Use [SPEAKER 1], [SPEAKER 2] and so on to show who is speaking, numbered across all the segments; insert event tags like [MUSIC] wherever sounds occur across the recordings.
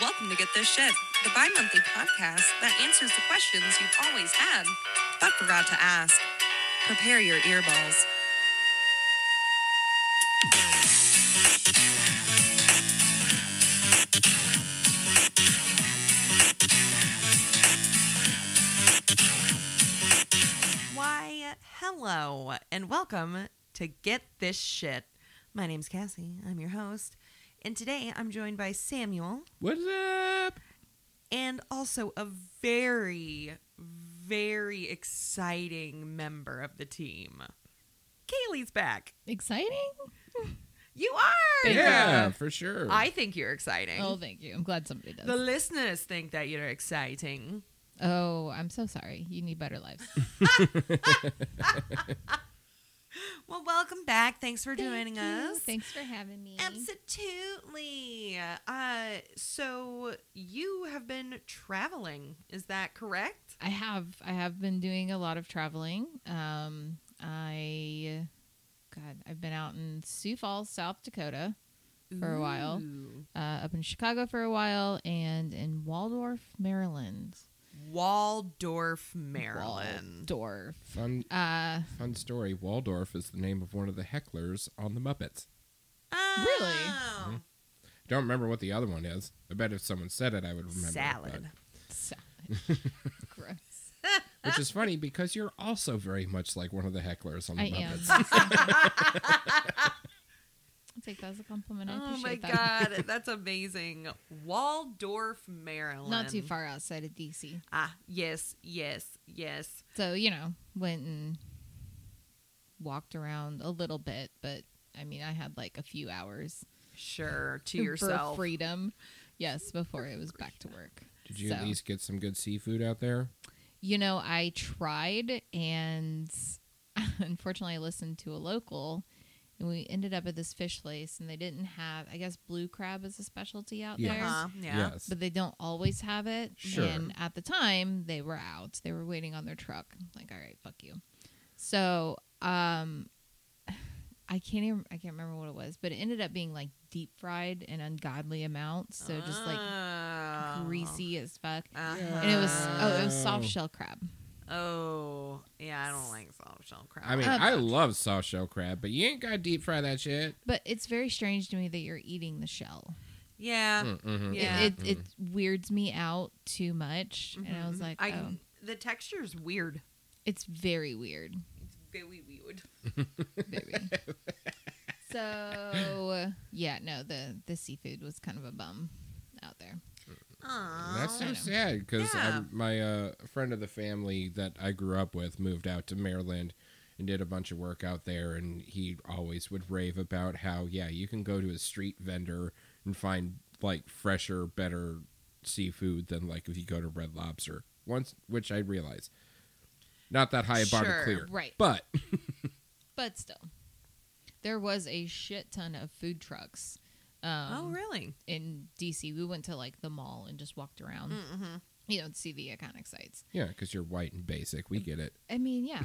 [SPEAKER 1] Welcome to Get This Shit, the bi monthly podcast that answers the questions you've always had but forgot to ask. Prepare your earballs. Why, hello, and welcome to Get This Shit. My name's Cassie, I'm your host, and today I'm joined by Samuel.
[SPEAKER 2] What's up?
[SPEAKER 1] and also a very, very exciting member of the team. Kaylee's back.
[SPEAKER 3] Exciting?
[SPEAKER 1] You are.
[SPEAKER 3] Thank
[SPEAKER 2] yeah,
[SPEAKER 3] you.
[SPEAKER 2] for sure.
[SPEAKER 1] I think you're exciting.
[SPEAKER 3] Oh, thank you. I'm glad somebody does.
[SPEAKER 1] the listeners think that you're exciting.
[SPEAKER 3] oh, I'm so sorry. You need better lives.
[SPEAKER 1] Well, welcome back. Thanks for joining us.
[SPEAKER 3] Thanks for having me.
[SPEAKER 1] Absolutely. Uh, so you have been traveling. Is that correct?
[SPEAKER 3] I have I have been doing a lot of traveling. Um, I God, I've been out in Sioux Falls, South Dakota, For a while.
[SPEAKER 1] Ooh.
[SPEAKER 3] uh, up in Chicago for a while, and in Waldorf, Maryland.
[SPEAKER 1] Waldorf, Maryland.
[SPEAKER 3] Waldorf.
[SPEAKER 2] fun
[SPEAKER 3] Uh,
[SPEAKER 2] fun story. Waldorf is the name of one of the hecklers on the Muppets.
[SPEAKER 3] Really?
[SPEAKER 1] Oh.
[SPEAKER 2] Mhm. Don't remember what the other one is. I bet if someone said it, Mm-hmm. I would remember. it,
[SPEAKER 1] Salad. [LAUGHS]
[SPEAKER 3] salad. Gross.
[SPEAKER 2] but- which is funny because you're also very much like one of the hecklers on the
[SPEAKER 3] I am.
[SPEAKER 2] Muppets.
[SPEAKER 3] [LAUGHS] I'll take that as a compliment. I
[SPEAKER 1] Oh my
[SPEAKER 3] appreciate that. [LAUGHS]
[SPEAKER 1] god, that's amazing. Waldorf, Maryland.
[SPEAKER 3] Not too far outside of DC.
[SPEAKER 1] Ah, yes, yes, yes.
[SPEAKER 3] So, you know, went and walked around a little bit, but I mean, I had like a few hours
[SPEAKER 1] Sure, to
[SPEAKER 3] [LAUGHS] for
[SPEAKER 1] yourself.
[SPEAKER 3] freedom. Yes, before it was back to work.
[SPEAKER 2] Did you at
[SPEAKER 3] So,
[SPEAKER 2] least get some good seafood out there?
[SPEAKER 3] You know, I tried and [LAUGHS] unfortunately I listened to a local and we ended up at this fish place and they didn't have, I guess, blue crab is a specialty out
[SPEAKER 2] Yes.
[SPEAKER 3] there.
[SPEAKER 1] Uh-huh, yeah.
[SPEAKER 2] Yes.
[SPEAKER 3] But they don't always have it.
[SPEAKER 2] Sure.
[SPEAKER 3] And at the time, they were out. They were waiting on their truck. I'm like, all right, fuck you. So, um, [SIGHS] I can't even. I can't remember what it was, but it ended up being like deep fried in ungodly amounts. So just like
[SPEAKER 1] Oh. Uh-huh.
[SPEAKER 3] greasy as fuck. And it was oh, it was soft shell crab.
[SPEAKER 1] Oh, yeah, I don't like soft shell crab.
[SPEAKER 2] I mean,
[SPEAKER 3] Um,
[SPEAKER 2] I love soft shell crab, but you ain't got to deep fry that shit.
[SPEAKER 3] But it's very strange to me that you're eating the shell.
[SPEAKER 1] yeah.
[SPEAKER 2] Mm, mhm.
[SPEAKER 1] Uh, Yeah.
[SPEAKER 3] It it, it weirds me out too much,
[SPEAKER 2] Hmm.
[SPEAKER 3] and I was
[SPEAKER 1] mhm.
[SPEAKER 3] like,
[SPEAKER 1] I-
[SPEAKER 3] oh,
[SPEAKER 1] the texture's weird.
[SPEAKER 3] it's very weird.
[SPEAKER 1] It's very weird. [LAUGHS]
[SPEAKER 3] baby. so yeah, no, the the seafood was kind of a bum out there.
[SPEAKER 1] Aww.
[SPEAKER 2] That's so
[SPEAKER 3] I know.
[SPEAKER 2] sad because
[SPEAKER 1] Yeah.
[SPEAKER 2] my uh, friend of the family that I grew up with moved out to Maryland and did a bunch of work out there, and he always would rave about how yeah you can go to a street vendor and find like fresher, better seafood than like if you go to Red Lobster. Once, which I realize, not that high a bar
[SPEAKER 1] Sure,
[SPEAKER 2] to clear,
[SPEAKER 3] right.
[SPEAKER 2] But
[SPEAKER 3] But still, there was a shit ton of food trucks. Um,
[SPEAKER 1] oh,
[SPEAKER 3] [LAUGHS]
[SPEAKER 1] really?
[SPEAKER 3] In DC, we went to like the mall and just walked around.
[SPEAKER 1] Mm-hmm.
[SPEAKER 3] You know, to see the iconic sites.
[SPEAKER 2] yeah, because you're white and basic, we get it.
[SPEAKER 3] I
[SPEAKER 1] [LAUGHS]
[SPEAKER 3] mean, yeah.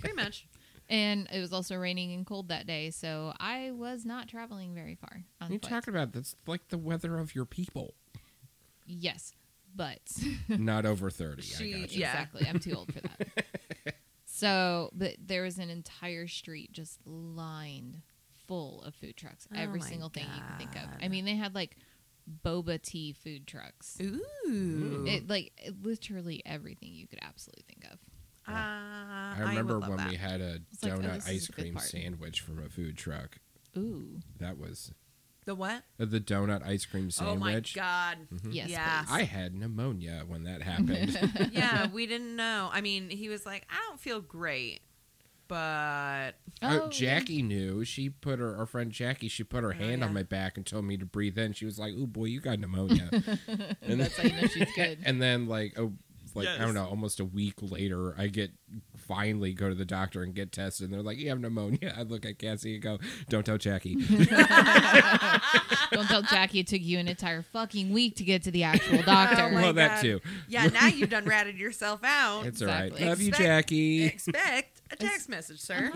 [SPEAKER 1] Pretty much.
[SPEAKER 3] and it was also raining and cold that day, so I was not traveling very far. On
[SPEAKER 2] What are you
[SPEAKER 3] foot.
[SPEAKER 2] talking about? That's like the weather of your [LAUGHS] people.
[SPEAKER 3] yes, but
[SPEAKER 2] Not over thirty.
[SPEAKER 1] She-
[SPEAKER 2] I got you.
[SPEAKER 1] Yeah.
[SPEAKER 3] Exactly. I'm too old for that.
[SPEAKER 1] [LAUGHS]
[SPEAKER 3] so, but there was an entire street just lined full of food trucks.
[SPEAKER 1] Oh
[SPEAKER 3] every
[SPEAKER 1] my
[SPEAKER 3] single thing you can think of. I
[SPEAKER 1] God.
[SPEAKER 3] mean, they had like boba tea food trucks.
[SPEAKER 1] Ooh.
[SPEAKER 3] It like it- literally everything you could absolutely think of.
[SPEAKER 1] uh, I
[SPEAKER 2] I remember
[SPEAKER 1] would love
[SPEAKER 2] when
[SPEAKER 1] that.
[SPEAKER 2] we had a
[SPEAKER 3] It's like, oh,
[SPEAKER 2] donut
[SPEAKER 3] this is
[SPEAKER 2] ice
[SPEAKER 3] a good
[SPEAKER 2] cream
[SPEAKER 3] part.
[SPEAKER 2] sandwich from a food truck.
[SPEAKER 3] Ooh,
[SPEAKER 2] That was
[SPEAKER 1] The what?
[SPEAKER 2] uh, the donut ice cream
[SPEAKER 1] Oh my
[SPEAKER 2] sandwich.
[SPEAKER 1] god.
[SPEAKER 2] [LAUGHS]
[SPEAKER 3] yes,
[SPEAKER 1] Yeah.
[SPEAKER 3] please.
[SPEAKER 2] I had pneumonia when that
[SPEAKER 3] [LAUGHS]
[SPEAKER 2] happened. Uh,
[SPEAKER 1] yeah, we didn't know. I mean, he was like, I don't feel great, but
[SPEAKER 2] Uh,
[SPEAKER 3] Oh,
[SPEAKER 2] Jackie knew. She put her, our friend Jackie, she put her hand
[SPEAKER 1] yeah.
[SPEAKER 2] on my back and told me to breathe in. She was like, "Oh boy, you got
[SPEAKER 3] [LAUGHS]
[SPEAKER 2] pneumonia." and
[SPEAKER 3] That's how you know she's good.
[SPEAKER 1] [LAUGHS]
[SPEAKER 2] [LAUGHS] And then like a like I
[SPEAKER 1] Yes.
[SPEAKER 2] don't know, almost a week later, I get finally go to the doctor and get tested, and they're like, "You have pneumonia." [LAUGHS] I look at Cassie and go, "Don't tell
[SPEAKER 3] [LAUGHS]
[SPEAKER 2] Jackie."
[SPEAKER 3] Oh Don't tell Jackie it took you an entire fucking week to get to
[SPEAKER 1] [LAUGHS]
[SPEAKER 3] the actual doctor.
[SPEAKER 1] Oh my
[SPEAKER 2] [LAUGHS] well,
[SPEAKER 1] God.
[SPEAKER 2] that too.
[SPEAKER 1] [LAUGHS] yeah, now you've done ratted yourself out.
[SPEAKER 2] It's all
[SPEAKER 3] Exactly.
[SPEAKER 2] right. Love you,
[SPEAKER 1] Expect-
[SPEAKER 3] [LAUGHS]
[SPEAKER 2] Jackie.
[SPEAKER 1] Expect a text message, sir.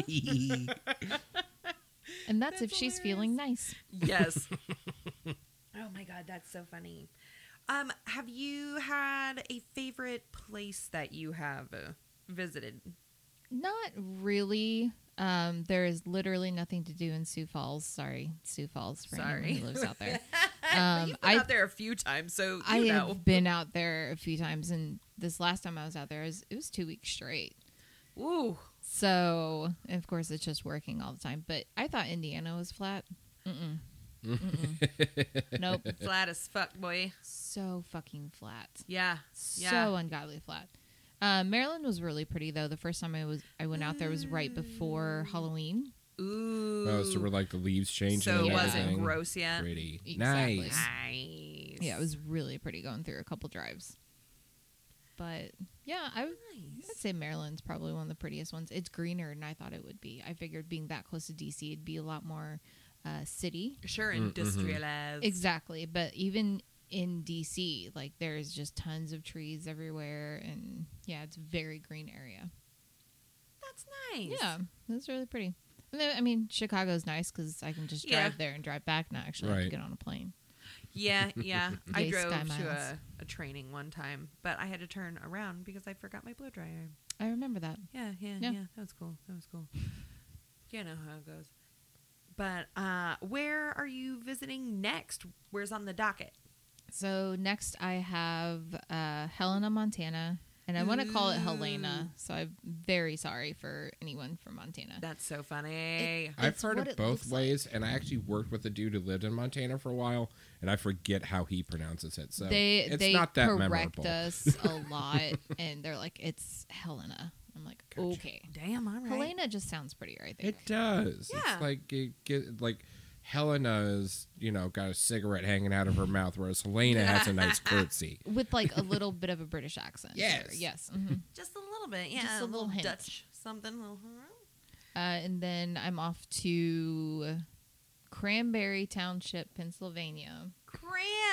[SPEAKER 3] and that's, if
[SPEAKER 1] That's [LAUGHS]
[SPEAKER 3] she's feeling nice.
[SPEAKER 1] Yes. Oh my god, that's so funny. Um, have you had a favorite place that you have uh, visited?
[SPEAKER 3] Not really. Um, there is literally nothing to do in Sioux Falls. Sorry, Sioux Falls for anyone
[SPEAKER 1] Sorry.
[SPEAKER 3] who lives out
[SPEAKER 1] [LAUGHS]
[SPEAKER 3] there. Um,
[SPEAKER 1] You've been
[SPEAKER 3] I-
[SPEAKER 1] out there a few times, so you
[SPEAKER 3] I
[SPEAKER 1] know.
[SPEAKER 3] have been out there a few times, and this last time I was out there, it was, it was two weeks straight.
[SPEAKER 1] Ooh,
[SPEAKER 3] So, and of course, it's just working all the time. But I thought Indiana was flat. Mm-mm.
[SPEAKER 1] [LAUGHS]
[SPEAKER 3] Mm-mm. nope.
[SPEAKER 1] flat as fuck, boy.
[SPEAKER 3] So fucking flat.
[SPEAKER 1] Yeah,
[SPEAKER 3] So
[SPEAKER 1] Yeah.
[SPEAKER 3] ungodly flat. Uh, Maryland was really pretty though. The first time I was I went out there was right before
[SPEAKER 1] Mm.
[SPEAKER 3] Halloween.
[SPEAKER 1] ooh.
[SPEAKER 2] Oh, so we're like the leaves changing.
[SPEAKER 1] So
[SPEAKER 2] and
[SPEAKER 1] it
[SPEAKER 3] Yeah.
[SPEAKER 1] wasn't
[SPEAKER 2] everything.
[SPEAKER 1] gross yet.
[SPEAKER 2] Pretty
[SPEAKER 3] Exactly. Ah.
[SPEAKER 2] nice.
[SPEAKER 1] Nice.
[SPEAKER 3] Yeah, it was really pretty going through a couple drives. But yeah, I would I'd
[SPEAKER 1] nice.
[SPEAKER 3] say Maryland's probably one of the prettiest ones. It's greener than I thought it would be. I figured being that close to DC, it'd be a lot more uh, city.
[SPEAKER 1] Sure,
[SPEAKER 2] Mm, mhm.
[SPEAKER 1] industrialized.
[SPEAKER 3] Exactly. But even in DC, like there's just tons of trees everywhere. And yeah, it's a very green area.
[SPEAKER 1] That's nice.
[SPEAKER 3] Yeah, that's really pretty. And then, I mean, Chicago's nice because I can just drive
[SPEAKER 1] Yeah.
[SPEAKER 3] there and drive back, not actually have
[SPEAKER 2] Right.
[SPEAKER 3] to get on a plane.
[SPEAKER 1] Yeah,
[SPEAKER 3] [LAUGHS]
[SPEAKER 1] yeah. I
[SPEAKER 3] Gay
[SPEAKER 1] drove
[SPEAKER 3] sky
[SPEAKER 1] to
[SPEAKER 3] miles.
[SPEAKER 1] a, a training one time, but I had to turn around because I forgot my blow dryer.
[SPEAKER 3] I remember that.
[SPEAKER 1] Yeah, yeah, yeah.
[SPEAKER 3] Yeah.
[SPEAKER 1] That was cool. That was cool. You know how it goes. But uh where are you visiting next? Where's on the docket?
[SPEAKER 3] So next, I have uh, Helena, Montana, and I want to call it
[SPEAKER 1] Mm.
[SPEAKER 3] Helena. So I'm very sorry for anyone from Montana.
[SPEAKER 1] That's so funny.
[SPEAKER 2] I've
[SPEAKER 3] It's
[SPEAKER 2] heard
[SPEAKER 3] what
[SPEAKER 2] it
[SPEAKER 3] it
[SPEAKER 2] both
[SPEAKER 3] looks like.
[SPEAKER 2] ways, and I actually worked with a dude who lived in Montana for a while, and I forget how he pronounces it. So
[SPEAKER 3] they
[SPEAKER 2] it's
[SPEAKER 3] they
[SPEAKER 2] not that
[SPEAKER 3] correct
[SPEAKER 2] memorable. [LAUGHS]
[SPEAKER 3] us a lot, and they're like, "It's Helena." I'm like,
[SPEAKER 2] Gotcha.
[SPEAKER 3] "Okay."
[SPEAKER 1] Damn, all right.
[SPEAKER 3] Helena just sounds pretty right there.
[SPEAKER 2] It does.
[SPEAKER 1] Yeah.
[SPEAKER 2] It's like it get, like Helena's, you know, got a cigarette hanging out of her mouth, whereas Helena has a
[SPEAKER 3] [LAUGHS]
[SPEAKER 2] nice curtsy.
[SPEAKER 3] with
[SPEAKER 2] [LAUGHS]
[SPEAKER 3] like a little bit of a British accent. Sure.
[SPEAKER 2] Yes.
[SPEAKER 3] Yes. mhm.
[SPEAKER 1] Just a little bit, yeah.
[SPEAKER 3] Just a
[SPEAKER 1] a
[SPEAKER 3] little
[SPEAKER 1] little,
[SPEAKER 3] hint.
[SPEAKER 1] Dutch something. little-
[SPEAKER 3] Uh, and then I'm off to Cranberry Township, Pennsylvania.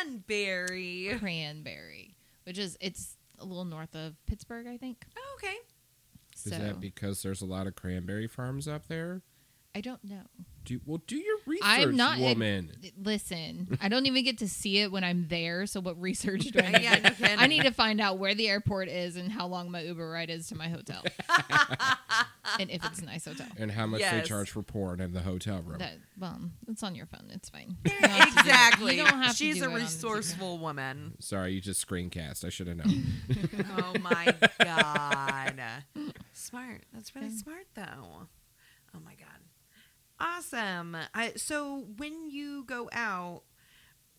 [SPEAKER 1] Cranberry.
[SPEAKER 3] Cranberry, which is it's a little north of Pittsburgh, I think.
[SPEAKER 1] Oh, okay.
[SPEAKER 3] So
[SPEAKER 2] Is that because there's a lot of cranberry farms up there?
[SPEAKER 3] I don't know.
[SPEAKER 2] Do well, do your research,
[SPEAKER 3] I'm not-
[SPEAKER 2] woman.
[SPEAKER 3] Listen, I don't even get to see it when I'm there. So what
[SPEAKER 1] [LAUGHS]
[SPEAKER 3] research do [LAUGHS] I
[SPEAKER 1] Yeah,
[SPEAKER 3] need?
[SPEAKER 1] yeah, no kidding.
[SPEAKER 3] I need to find out where the airport is and how long my Uber ride is to
[SPEAKER 1] [LAUGHS]
[SPEAKER 3] my hotel, and if it's a nice hotel.
[SPEAKER 2] and how much
[SPEAKER 1] Yes.
[SPEAKER 2] they charge for porn in the hotel room.
[SPEAKER 3] That well, it's on your phone. It's fine.
[SPEAKER 1] exactly.
[SPEAKER 3] You don't have to
[SPEAKER 1] She's a
[SPEAKER 3] do it on the
[SPEAKER 1] resourceful woman.
[SPEAKER 2] Sorry, you just screencast. I should have known.
[SPEAKER 3] [LAUGHS]
[SPEAKER 1] Oh my god. Smart. That's really
[SPEAKER 3] Yeah.
[SPEAKER 1] smart though. Oh my god. Awesome. I, so when you go out,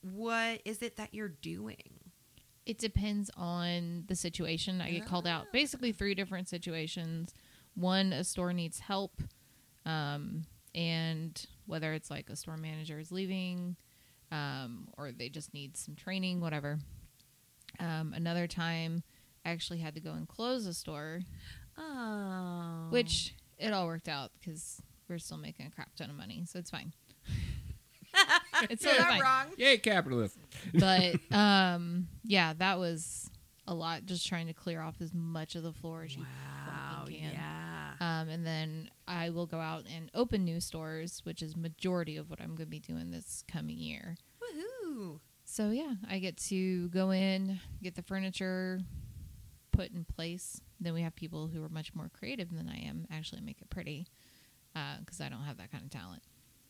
[SPEAKER 1] what is it that you're doing?
[SPEAKER 3] It depends on the situation. I get called out basically three different situations. One, a store needs help, um, and whether it's like a store manager is leaving, um, or they just need some training, whatever. Um, another time, I actually had to go and close a store,
[SPEAKER 1] Oh.
[SPEAKER 3] which it all worked out because we're still making a crap ton of money, so it's fine. [LAUGHS] it's
[SPEAKER 1] Is
[SPEAKER 3] totally
[SPEAKER 1] that
[SPEAKER 3] fine.
[SPEAKER 1] wrong?
[SPEAKER 2] Yay, capitalism.
[SPEAKER 3] but um yeah that was a lot just trying to clear off as much of the floor as you
[SPEAKER 1] Wow.
[SPEAKER 3] fucking can
[SPEAKER 1] Oh, Yeah.
[SPEAKER 3] um, and then i will go out and open new stores which is majority of what i'm going to be doing this coming year
[SPEAKER 1] Woohoo.
[SPEAKER 3] so yeah i get to go in get the furniture put in place then we have people who are much more creative than i am actually make it pretty because i don't have that kind of talent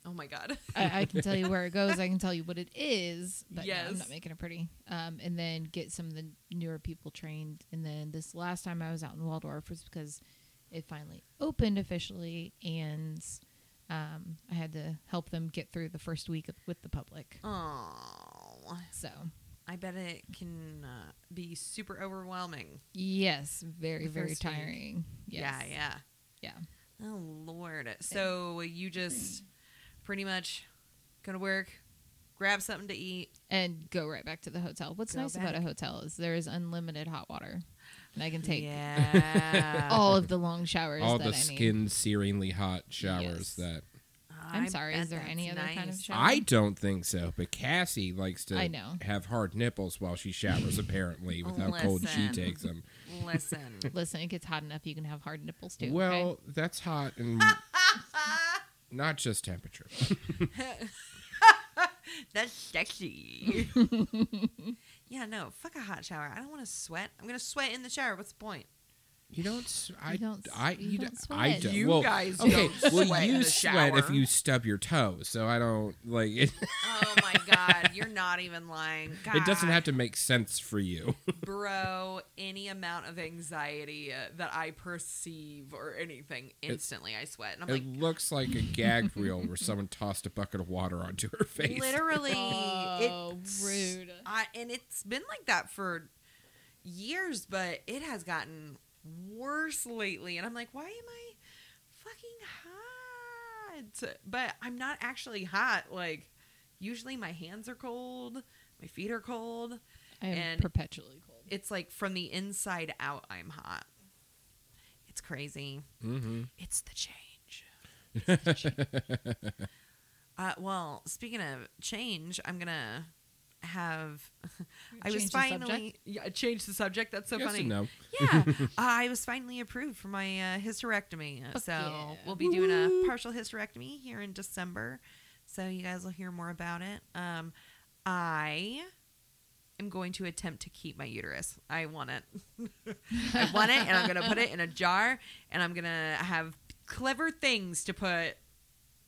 [SPEAKER 1] Oh my god.
[SPEAKER 3] I, I can tell you where it goes. I can tell you what it is, but yeah, I'm
[SPEAKER 1] Yes.
[SPEAKER 3] not making it pretty. Um, and then get some of the newer people trained. And then this last time I was out in Waldorf was because it finally opened officially, and um, I had to help them get through the first week of, with the public.
[SPEAKER 1] Oh.
[SPEAKER 3] So
[SPEAKER 1] I bet it can uh, be super overwhelming.
[SPEAKER 3] yes, very
[SPEAKER 1] The
[SPEAKER 3] very
[SPEAKER 1] first week.
[SPEAKER 3] tiring. Yes.
[SPEAKER 1] Yeah. Yeah.
[SPEAKER 3] yeah.
[SPEAKER 1] Oh Lord! So you just pretty much go to work, grab something to eat.
[SPEAKER 3] And go right back to the hotel. What's
[SPEAKER 1] Go
[SPEAKER 3] nice about a
[SPEAKER 1] back.
[SPEAKER 3] hotel is there is unlimited hot water, and I can take
[SPEAKER 1] Yeah.
[SPEAKER 3] [LAUGHS] all of the long showers.
[SPEAKER 2] All
[SPEAKER 3] that
[SPEAKER 2] the
[SPEAKER 3] I need.
[SPEAKER 2] skin searingly hot showers
[SPEAKER 3] Yes.
[SPEAKER 2] that
[SPEAKER 1] I
[SPEAKER 3] sorry,
[SPEAKER 1] bet
[SPEAKER 3] is there
[SPEAKER 1] that's
[SPEAKER 3] any other kind of
[SPEAKER 1] nice.
[SPEAKER 3] shower?
[SPEAKER 2] I don't think so, but Cassie likes to
[SPEAKER 3] I know.
[SPEAKER 2] have hard nipples while she
[SPEAKER 3] [LAUGHS]
[SPEAKER 2] showers, apparently, with how cold she
[SPEAKER 1] Listen.
[SPEAKER 2] takes them.
[SPEAKER 3] [LAUGHS]
[SPEAKER 1] Listen,
[SPEAKER 3] Listen, it gets hot enough you can have hard nipples too.
[SPEAKER 2] well,
[SPEAKER 3] okay?
[SPEAKER 2] that's
[SPEAKER 3] [LAUGHS]
[SPEAKER 2] hot and not just temperature.
[SPEAKER 1] That's
[SPEAKER 3] [LAUGHS]
[SPEAKER 1] sexy. yeah, no, fuck a hot shower. I don't want to sweat. I'm gonna sweat in the shower. What's the point?
[SPEAKER 2] You don't. s- I
[SPEAKER 3] You don't s-
[SPEAKER 2] I
[SPEAKER 3] you
[SPEAKER 2] you
[SPEAKER 3] don't
[SPEAKER 2] d- I
[SPEAKER 3] sweat.
[SPEAKER 2] don't.
[SPEAKER 1] You
[SPEAKER 2] well,
[SPEAKER 1] guys
[SPEAKER 2] okay.
[SPEAKER 1] don't
[SPEAKER 2] well,
[SPEAKER 1] sweat
[SPEAKER 2] you
[SPEAKER 1] in the
[SPEAKER 2] sweat if
[SPEAKER 1] shower.
[SPEAKER 2] you stub your toe, so I don't like [LAUGHS] it.
[SPEAKER 1] Oh my god, you're not even lying.
[SPEAKER 2] [LAUGHS] It doesn't
[SPEAKER 1] God.
[SPEAKER 2] have to make sense for you.
[SPEAKER 1] bro any amount of anxiety uh, that I perceive or anything, instantly I sweat. [LAUGHS] And I'm
[SPEAKER 2] It
[SPEAKER 1] like,
[SPEAKER 2] looks like a gag reel where someone tossed a bucket of water onto her face.
[SPEAKER 1] literally,
[SPEAKER 3] [LAUGHS] Oh,
[SPEAKER 1] it's,
[SPEAKER 3] rude.
[SPEAKER 1] I, and it's been like that for years, but it has gotten worse lately. And I'm like, why am I fucking hot? But I'm not actually hot. Like, usually my hands are cold, my feet are cold.
[SPEAKER 3] I am
[SPEAKER 1] And-
[SPEAKER 3] perpetually cold.
[SPEAKER 1] It's like from the inside out, I'm hot. It's crazy.
[SPEAKER 2] hmm
[SPEAKER 1] It's the change. [LAUGHS] uh, well, speaking of change, I'm gonna have. I was
[SPEAKER 3] Change the subject?
[SPEAKER 1] finally yeah, change the subject. That's so
[SPEAKER 2] yes
[SPEAKER 1] funny.
[SPEAKER 2] and no.
[SPEAKER 3] [LAUGHS]
[SPEAKER 1] Yeah, I was finally approved for my uh, hysterectomy,
[SPEAKER 3] Fuck
[SPEAKER 1] so
[SPEAKER 3] yeah.
[SPEAKER 1] we'll be doing
[SPEAKER 2] Woo.
[SPEAKER 1] a partial hysterectomy here in December. So you guys will hear more about it. Um, I am going to attempt to keep my uterus. I want it. [LAUGHS] I want it, and I'm going to put it in a jar, and I'm going to have clever things to put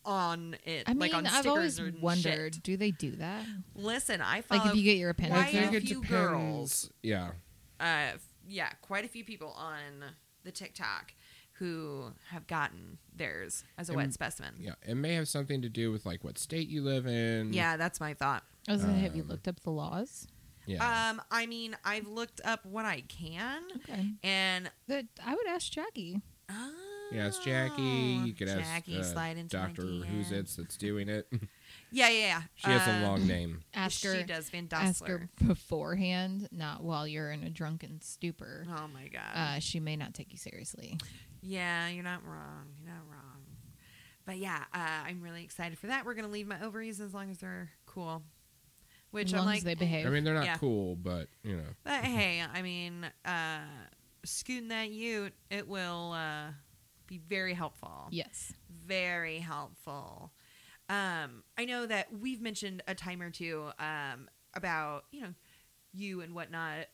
[SPEAKER 1] on it,
[SPEAKER 3] I mean,
[SPEAKER 1] like on
[SPEAKER 3] I've
[SPEAKER 1] stickers
[SPEAKER 3] always
[SPEAKER 1] or
[SPEAKER 3] wondered,
[SPEAKER 1] shit.
[SPEAKER 3] do they do that?
[SPEAKER 1] Listen, I follow
[SPEAKER 3] Like, if you get your appendix,
[SPEAKER 1] Why
[SPEAKER 2] I
[SPEAKER 3] out?
[SPEAKER 2] think
[SPEAKER 1] a
[SPEAKER 2] it
[SPEAKER 1] few
[SPEAKER 2] depends.
[SPEAKER 1] girls.
[SPEAKER 2] Yeah.
[SPEAKER 1] uh, f- yeah, quite a few people on the TikTok who have gotten theirs as a wet
[SPEAKER 2] And-
[SPEAKER 1] specimen. Yeah.
[SPEAKER 2] Yeah. It may have something to do with like what state you live in.
[SPEAKER 1] that's my thought.
[SPEAKER 3] I was gonna have you
[SPEAKER 2] Um,
[SPEAKER 3] looked up the laws?
[SPEAKER 2] Yeah.
[SPEAKER 1] Um, I mean, I've looked up what I can,
[SPEAKER 3] Okay,
[SPEAKER 1] and
[SPEAKER 3] but I would ask Jackie.
[SPEAKER 1] oh,
[SPEAKER 2] yeah, it's Jackie. You could ask
[SPEAKER 1] Jackie
[SPEAKER 2] uh,
[SPEAKER 1] slide into my
[SPEAKER 2] Doctor
[SPEAKER 1] DM.
[SPEAKER 2] Who's It's that's doing it. [LAUGHS]
[SPEAKER 1] Yeah, yeah, yeah.
[SPEAKER 2] she has a
[SPEAKER 1] Um,
[SPEAKER 2] long name.
[SPEAKER 3] Ask her.
[SPEAKER 1] She does Van
[SPEAKER 3] Ask her
[SPEAKER 1] Dossler.
[SPEAKER 3] beforehand, not while you're in a drunken stupor.
[SPEAKER 1] Oh my god.
[SPEAKER 3] Uh, she may not take you seriously.
[SPEAKER 1] Yeah, you're not wrong. You're not wrong. But yeah, uh, I'm really excited for that. We're gonna leave my ovaries as long as they're cool. Which
[SPEAKER 3] as
[SPEAKER 1] I'm
[SPEAKER 3] long
[SPEAKER 1] like,
[SPEAKER 3] as they behave.
[SPEAKER 2] I mean, they're not
[SPEAKER 1] yeah.
[SPEAKER 2] cool, but you know,
[SPEAKER 1] But hey, I mean, uh, scooting that ute, it will uh, be very helpful.
[SPEAKER 3] yes.
[SPEAKER 1] Very helpful. Um, I know that we've mentioned a time or two um, about, you know, you and whatnot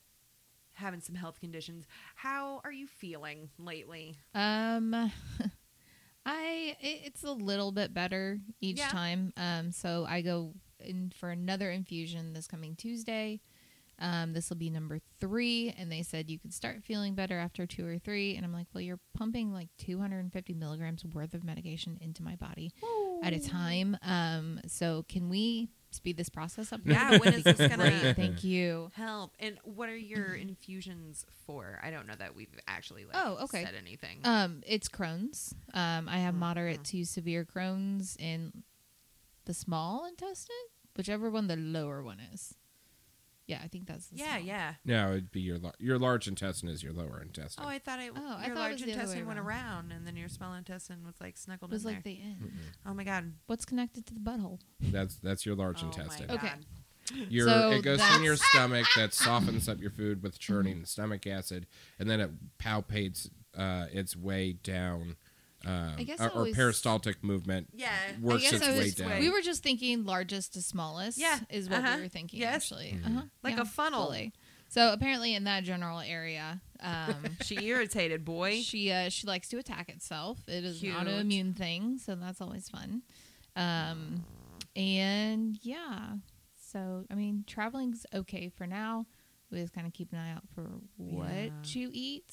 [SPEAKER 1] having some health conditions. How are you feeling
[SPEAKER 3] [LAUGHS]
[SPEAKER 1] lately?
[SPEAKER 3] Um, I it, it's a little bit better each
[SPEAKER 1] Yeah.
[SPEAKER 3] time. Um, so I go in for another infusion this coming Tuesday. Um, this will be number three, and they said you could start feeling better after two or three. And I'm like, well, you're pumping like 250 milligrams worth of medication into my body at a time. Um, so can we speed this process up? [LAUGHS]
[SPEAKER 1] Yeah, when is this
[SPEAKER 3] Great,
[SPEAKER 1] gonna-
[SPEAKER 3] Thank you.
[SPEAKER 1] Help. And what are your infusions for? I don't know that we've actually like,
[SPEAKER 3] Oh, okay.
[SPEAKER 1] said anything.
[SPEAKER 3] Um, it's Crohn's. Um, I have
[SPEAKER 1] Mm,
[SPEAKER 3] moderate
[SPEAKER 1] mm.
[SPEAKER 3] to severe Crohn's in the small intestine, whichever one the lower one is. Yeah, I think that's the
[SPEAKER 1] yeah,
[SPEAKER 3] small.
[SPEAKER 1] yeah.
[SPEAKER 2] no, it'd be your lar- your large intestine is your lower intestine.
[SPEAKER 1] Oh, I thought it.
[SPEAKER 3] Oh, I
[SPEAKER 1] your
[SPEAKER 3] thought it
[SPEAKER 1] large
[SPEAKER 3] was the other way
[SPEAKER 1] intestine went around, and then your small intestine was like
[SPEAKER 3] It
[SPEAKER 1] snuggled
[SPEAKER 3] was
[SPEAKER 1] in
[SPEAKER 3] like
[SPEAKER 1] there.
[SPEAKER 3] the end.
[SPEAKER 1] oh my god.
[SPEAKER 3] What's connected to the butthole?
[SPEAKER 2] that's that's your large
[SPEAKER 1] Oh my
[SPEAKER 2] intestine.
[SPEAKER 1] God.
[SPEAKER 3] Okay.
[SPEAKER 2] Your
[SPEAKER 3] So
[SPEAKER 2] it goes in
[SPEAKER 3] that's-
[SPEAKER 2] your stomach that softens up your food with churning stomach acid, and then it palpates uh, its way down. Um,
[SPEAKER 3] I guess
[SPEAKER 2] or,
[SPEAKER 3] I
[SPEAKER 2] or
[SPEAKER 3] always-
[SPEAKER 2] peristaltic movement
[SPEAKER 1] Yeah.
[SPEAKER 2] works
[SPEAKER 3] I guess
[SPEAKER 2] its
[SPEAKER 3] I
[SPEAKER 2] way
[SPEAKER 3] was.
[SPEAKER 2] down.
[SPEAKER 3] We were just thinking largest to smallest.
[SPEAKER 1] Yeah,
[SPEAKER 3] is what
[SPEAKER 1] uh-huh,
[SPEAKER 3] we were thinking
[SPEAKER 1] yes.
[SPEAKER 3] actually.
[SPEAKER 2] Mm-hmm.
[SPEAKER 3] Uh-huh,
[SPEAKER 1] Like
[SPEAKER 3] yeah,
[SPEAKER 1] a funnel.
[SPEAKER 3] totally. So apparently, in that general area, um,
[SPEAKER 1] She irritated, boy.
[SPEAKER 3] She uh, she likes to attack itself. It is
[SPEAKER 1] Cute.
[SPEAKER 3] an autoimmune thing, so that's always fun. Um, and yeah, so I mean, traveling's okay for now. We just kind of keep an eye out for what
[SPEAKER 1] Yeah.
[SPEAKER 3] you eat.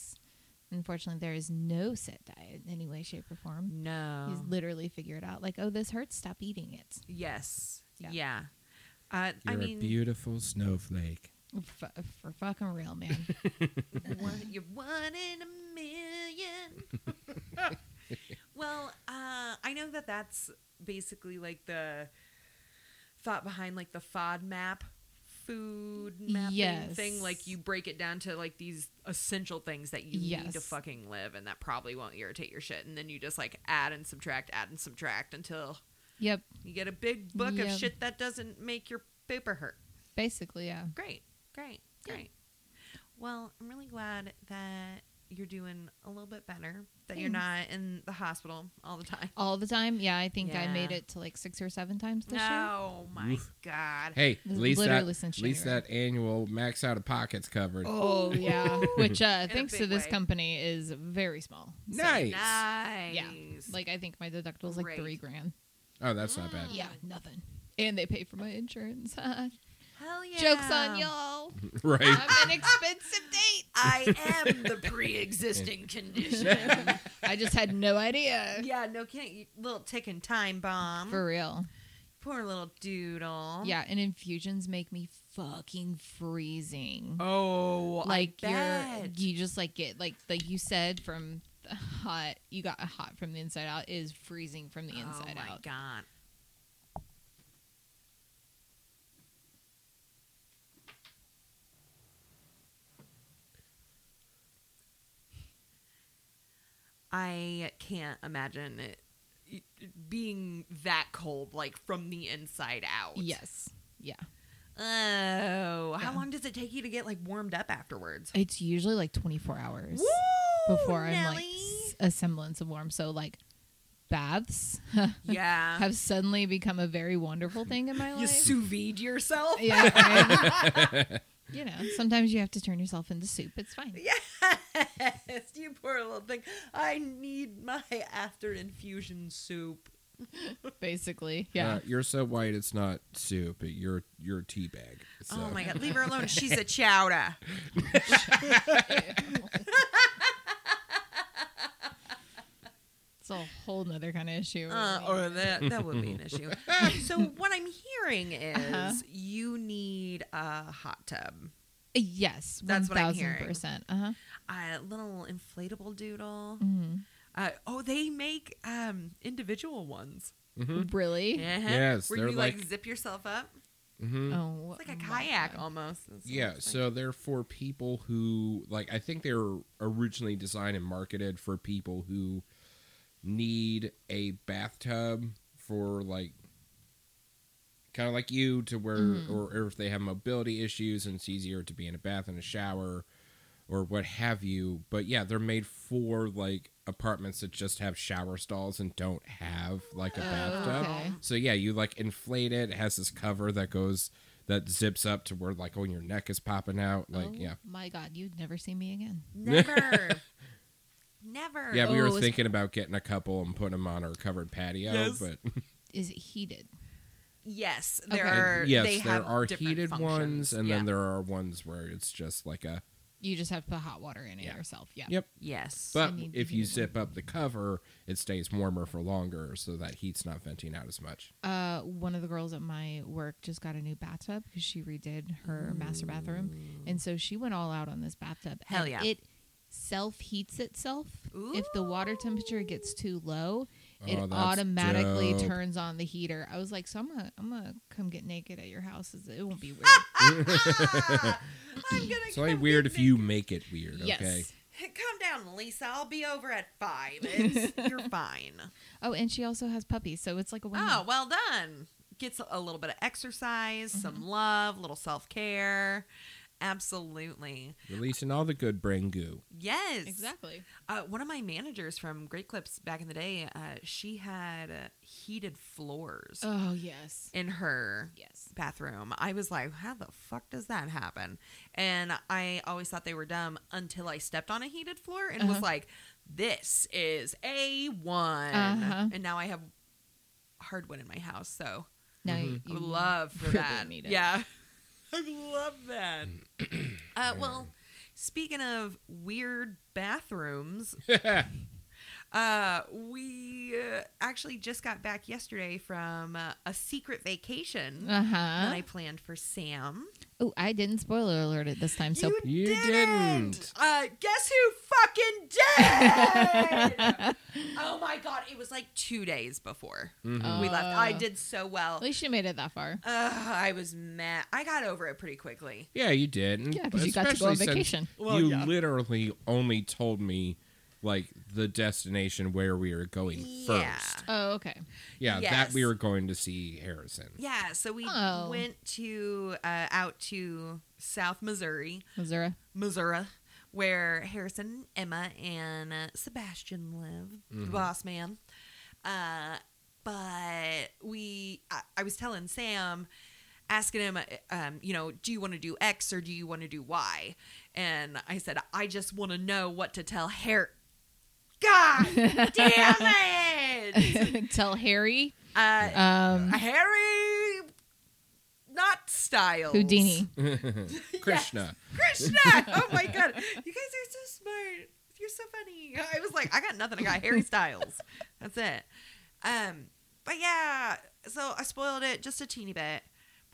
[SPEAKER 3] Unfortunately, there is no set diet in any way, shape, or form.
[SPEAKER 1] no.
[SPEAKER 3] He's literally figured out like, oh, this hurts. Stop eating it.
[SPEAKER 1] yes. Yeah.
[SPEAKER 3] Yeah.
[SPEAKER 1] Uh, I
[SPEAKER 2] You're a
[SPEAKER 1] mean,
[SPEAKER 2] beautiful snowflake.
[SPEAKER 3] F- for fucking real, man.
[SPEAKER 1] [LAUGHS] one- you're one in a
[SPEAKER 3] [LAUGHS]
[SPEAKER 1] million. well, uh, I know that that's basically like the thought behind like the FODMAP food mapping
[SPEAKER 3] Yes.
[SPEAKER 1] thing. Like you break it down to like these essential things that you need to
[SPEAKER 3] Yes.
[SPEAKER 1] fucking live, and that probably won't irritate your shit. And then you just like add and subtract, add and subtract until
[SPEAKER 3] yep,
[SPEAKER 1] you get a big book of
[SPEAKER 3] Yeah.
[SPEAKER 1] shit that doesn't make your paper hurt.
[SPEAKER 3] basically, yeah.
[SPEAKER 1] Great, great,
[SPEAKER 3] Yeah.
[SPEAKER 1] great. Well, I'm really glad that you're doing a little bit better. That you're not
[SPEAKER 3] Thanks.
[SPEAKER 1] in the hospital all the time.
[SPEAKER 3] all the time. Yeah, I think I
[SPEAKER 1] Yeah.
[SPEAKER 3] made it to like six or seven times this year.
[SPEAKER 1] Oh my
[SPEAKER 2] Oof.
[SPEAKER 1] god.
[SPEAKER 2] Hey, at
[SPEAKER 3] This is
[SPEAKER 2] least that,
[SPEAKER 3] literally
[SPEAKER 2] at
[SPEAKER 3] since
[SPEAKER 2] least
[SPEAKER 3] January.
[SPEAKER 2] that annual max out of pockets covered.
[SPEAKER 3] Oh yeah,
[SPEAKER 1] [LAUGHS]
[SPEAKER 3] which uh,
[SPEAKER 1] a
[SPEAKER 3] thanks to
[SPEAKER 1] big
[SPEAKER 3] this
[SPEAKER 1] way.
[SPEAKER 3] company is very small. So,
[SPEAKER 2] nice.
[SPEAKER 1] nice.
[SPEAKER 3] Yeah, like I think my deductible is like
[SPEAKER 1] Great.
[SPEAKER 3] three grand.
[SPEAKER 2] Oh, that's not bad.
[SPEAKER 3] Mm, Yeah, nothing. And they pay for my insurance. [LAUGHS]
[SPEAKER 1] hell yeah.
[SPEAKER 3] Jokes on y'all.
[SPEAKER 2] [LAUGHS] Right.
[SPEAKER 3] I'm an expensive date. [LAUGHS]
[SPEAKER 1] I am the
[SPEAKER 2] [LAUGHS]
[SPEAKER 1] pre-existing condition.
[SPEAKER 3] I just had no idea.
[SPEAKER 1] yeah, no kidding. You little ticking time bomb.
[SPEAKER 3] For real.
[SPEAKER 1] Poor little doodle.
[SPEAKER 3] Yeah, and infusions make me fucking freezing.
[SPEAKER 1] Oh,
[SPEAKER 3] like
[SPEAKER 1] I
[SPEAKER 3] you're
[SPEAKER 1] bet.
[SPEAKER 3] you just like get like like you said from the hot you got hot from the inside out is freezing from the inside
[SPEAKER 1] oh my
[SPEAKER 3] out.
[SPEAKER 1] god. I can't imagine it it being that cold, like from the inside out.
[SPEAKER 3] Yes. Yeah.
[SPEAKER 1] Oh, how
[SPEAKER 3] Yeah.
[SPEAKER 1] long does it take you to get like warmed up afterwards?
[SPEAKER 3] It's usually like 24 hours
[SPEAKER 1] Woo,
[SPEAKER 3] before I'm like
[SPEAKER 1] Nelly.
[SPEAKER 3] s- a semblance of warm. So like baths
[SPEAKER 1] yeah.
[SPEAKER 3] [LAUGHS] have suddenly become a very wonderful thing in my
[SPEAKER 1] you
[SPEAKER 3] life. [LAUGHS]
[SPEAKER 1] sous vide yourself?
[SPEAKER 3] yeah.
[SPEAKER 1] [LAUGHS]
[SPEAKER 3] right? you know, sometimes you have to turn yourself into soup. It's fine.
[SPEAKER 1] Yes, you poor little thing. I need my after infusion soup.
[SPEAKER 3] Basically. Yeah.
[SPEAKER 2] Uh, you're so white, it's not soup. But you're you're a tea bag. So.
[SPEAKER 1] Oh my god, leave her alone. She's a chowder. [LAUGHS]
[SPEAKER 3] it's a whole nother kind of issue.
[SPEAKER 1] Uh, or that that would be an issue. Um, So what I'm hearing is
[SPEAKER 3] Uh-huh.
[SPEAKER 1] you need a hot tub,
[SPEAKER 3] yes.
[SPEAKER 1] that's what I'm hearing.
[SPEAKER 3] 1000%. Uh-huh.
[SPEAKER 1] a little inflatable doodle.
[SPEAKER 3] Mhm.
[SPEAKER 1] Uh, oh, they make um, individual ones.
[SPEAKER 2] Mhm.
[SPEAKER 3] Really?
[SPEAKER 1] Uh-huh.
[SPEAKER 2] Yes,
[SPEAKER 1] where
[SPEAKER 2] they're
[SPEAKER 1] you like,
[SPEAKER 2] like-
[SPEAKER 1] zip yourself up.
[SPEAKER 2] Mhm.
[SPEAKER 3] Oh.
[SPEAKER 1] It's like a
[SPEAKER 3] my
[SPEAKER 1] kayak
[SPEAKER 3] God.
[SPEAKER 1] almost. It's
[SPEAKER 2] Yeah,
[SPEAKER 1] almost like-
[SPEAKER 2] so they're for people who like I think they were originally designed and marketed for people who need a bathtub for like kind of like you to where
[SPEAKER 3] Mhm.
[SPEAKER 2] or, or if they have mobility issues and it's easier to be in a bath and a shower or what have you. But yeah, they're made for like apartments that just have shower stalls and don't have like a
[SPEAKER 3] Oh,
[SPEAKER 2] bathtub.
[SPEAKER 3] okay.
[SPEAKER 2] So yeah, you like inflate it. It has this cover that goes that zips up to where like when your neck is popping out. Like
[SPEAKER 3] Oh,
[SPEAKER 2] yeah,
[SPEAKER 3] My God, you'd never see me again.
[SPEAKER 2] [LAUGHS]
[SPEAKER 1] Never. Never.
[SPEAKER 2] yeah. We
[SPEAKER 3] Oh,
[SPEAKER 2] were
[SPEAKER 3] it was-
[SPEAKER 2] thinking about getting a couple and putting them on our covered patio,
[SPEAKER 1] Yes.
[SPEAKER 3] [LAUGHS]
[SPEAKER 2] but
[SPEAKER 3] Is it heated?
[SPEAKER 1] Yes, there
[SPEAKER 3] Okay.
[SPEAKER 1] are.
[SPEAKER 2] yes,
[SPEAKER 1] they
[SPEAKER 2] there
[SPEAKER 1] have
[SPEAKER 2] are
[SPEAKER 1] different
[SPEAKER 2] heated
[SPEAKER 1] functions.
[SPEAKER 2] ones, and
[SPEAKER 1] yeah.
[SPEAKER 2] then there are ones where it's just like a
[SPEAKER 3] You just have to put hot water in it
[SPEAKER 2] Yeah.
[SPEAKER 3] yourself. Yeah.
[SPEAKER 2] yep.
[SPEAKER 1] yes,
[SPEAKER 2] [LAUGHS] But
[SPEAKER 3] need the
[SPEAKER 2] if you
[SPEAKER 3] heated
[SPEAKER 2] zip up the cover, it stays warmer for longer, so that heat's not venting out as much.
[SPEAKER 3] Uh, one of the girls at my work just got a new bathtub because she redid her master bathroom, and so she went all out on this bathtub.
[SPEAKER 1] Hell
[SPEAKER 3] and
[SPEAKER 1] yeah.
[SPEAKER 3] It self heats itself. If the water temperature gets too low, it
[SPEAKER 2] Oh, that's
[SPEAKER 3] automatically
[SPEAKER 2] dope.
[SPEAKER 3] turns on the heater. I was like, so I'm gonna, I'm gonna come get naked at your house. It's- It won't be weird.
[SPEAKER 1] Ah, I'm gonna
[SPEAKER 2] It's only
[SPEAKER 3] [LAUGHS]
[SPEAKER 1] come
[SPEAKER 2] weird
[SPEAKER 1] get [LAUGHS]
[SPEAKER 2] if you make it weird.
[SPEAKER 3] yes.
[SPEAKER 2] [LAUGHS] Okay.
[SPEAKER 1] naked. come down, Lisa. I'll be over at five. It's, you're fine.
[SPEAKER 3] Oh, and she also has puppies, so it's like a win.
[SPEAKER 1] Oh, well done. Gets a little bit of exercise, some love, little self care. Absolutely.
[SPEAKER 2] Releasing all the good brain goo.
[SPEAKER 1] Yes.
[SPEAKER 3] exactly.
[SPEAKER 1] Uh, one of my managers from Great Clips back in the day, uh, she had uh, heated floors
[SPEAKER 3] Oh yes,
[SPEAKER 1] in her
[SPEAKER 3] yes.
[SPEAKER 1] bathroom. I was like, how the fuck does that happen? And I always thought they were dumb until I stepped on a heated floor and was
[SPEAKER 3] Uh-huh.
[SPEAKER 1] like, this is A1.
[SPEAKER 3] Uh-huh.
[SPEAKER 1] And now I have hardwood in my house. So
[SPEAKER 3] Now
[SPEAKER 2] Mhm.
[SPEAKER 1] I
[SPEAKER 3] you
[SPEAKER 1] would love for
[SPEAKER 3] really
[SPEAKER 1] that.
[SPEAKER 3] need it.
[SPEAKER 1] Yeah. [LAUGHS] I love that. uh, well, speaking of weird bathrooms, uh, we uh, actually just got back yesterday from uh, a secret vacation
[SPEAKER 3] Uh
[SPEAKER 1] that
[SPEAKER 3] huh.
[SPEAKER 1] I planned for Sam.
[SPEAKER 3] Oh, I didn't spoiler alert it this time. So
[SPEAKER 2] You didn't.
[SPEAKER 1] Uh, guess who
[SPEAKER 3] [LAUGHS]
[SPEAKER 1] fucking did? oh my god, it was like two days before
[SPEAKER 2] Mhm.
[SPEAKER 1] we left. I
[SPEAKER 3] Oh.
[SPEAKER 1] did so well.
[SPEAKER 3] at least you made it that far.
[SPEAKER 1] Ugh, I was mad. I got over it pretty quickly.
[SPEAKER 2] Yeah, you did. and
[SPEAKER 3] Yeah, 'cause you got to go on
[SPEAKER 2] especially since
[SPEAKER 3] vacation.
[SPEAKER 1] Well,
[SPEAKER 2] you
[SPEAKER 1] yeah.
[SPEAKER 2] literally only told me like the destination where we were going
[SPEAKER 1] Yeah.
[SPEAKER 2] first.
[SPEAKER 3] Oh, okay.
[SPEAKER 2] Yeah,
[SPEAKER 1] Yes.
[SPEAKER 2] that we were going to see Harrison. [LAUGHS]
[SPEAKER 1] Yeah, so we
[SPEAKER 3] Oh.
[SPEAKER 1] went to uh, out to South Missouri, [LAUGHS]
[SPEAKER 3] Missouri.
[SPEAKER 1] Missouri. where Harrison, Emma, and uh, Sebastian live, the
[SPEAKER 2] Mhm.
[SPEAKER 1] boss man. Uh, but we, I, I was telling Sam, asking him, uh, um, you know, do you want to do X or do you want to do Y? And I said, I just want to know what to tell Harry. God damn it!
[SPEAKER 3] [LAUGHS] Tell Harry.
[SPEAKER 1] Uh,
[SPEAKER 3] Um,
[SPEAKER 1] Harry, not Styles.
[SPEAKER 3] Houdini.
[SPEAKER 2] Krishna.
[SPEAKER 1] Krishna. Oh my god, you guys are so smart. You're so funny. [LAUGHS] I was like, I got nothing. I got Harry Styles. That's it. Um, but yeah, so I spoiled it just a teeny bit,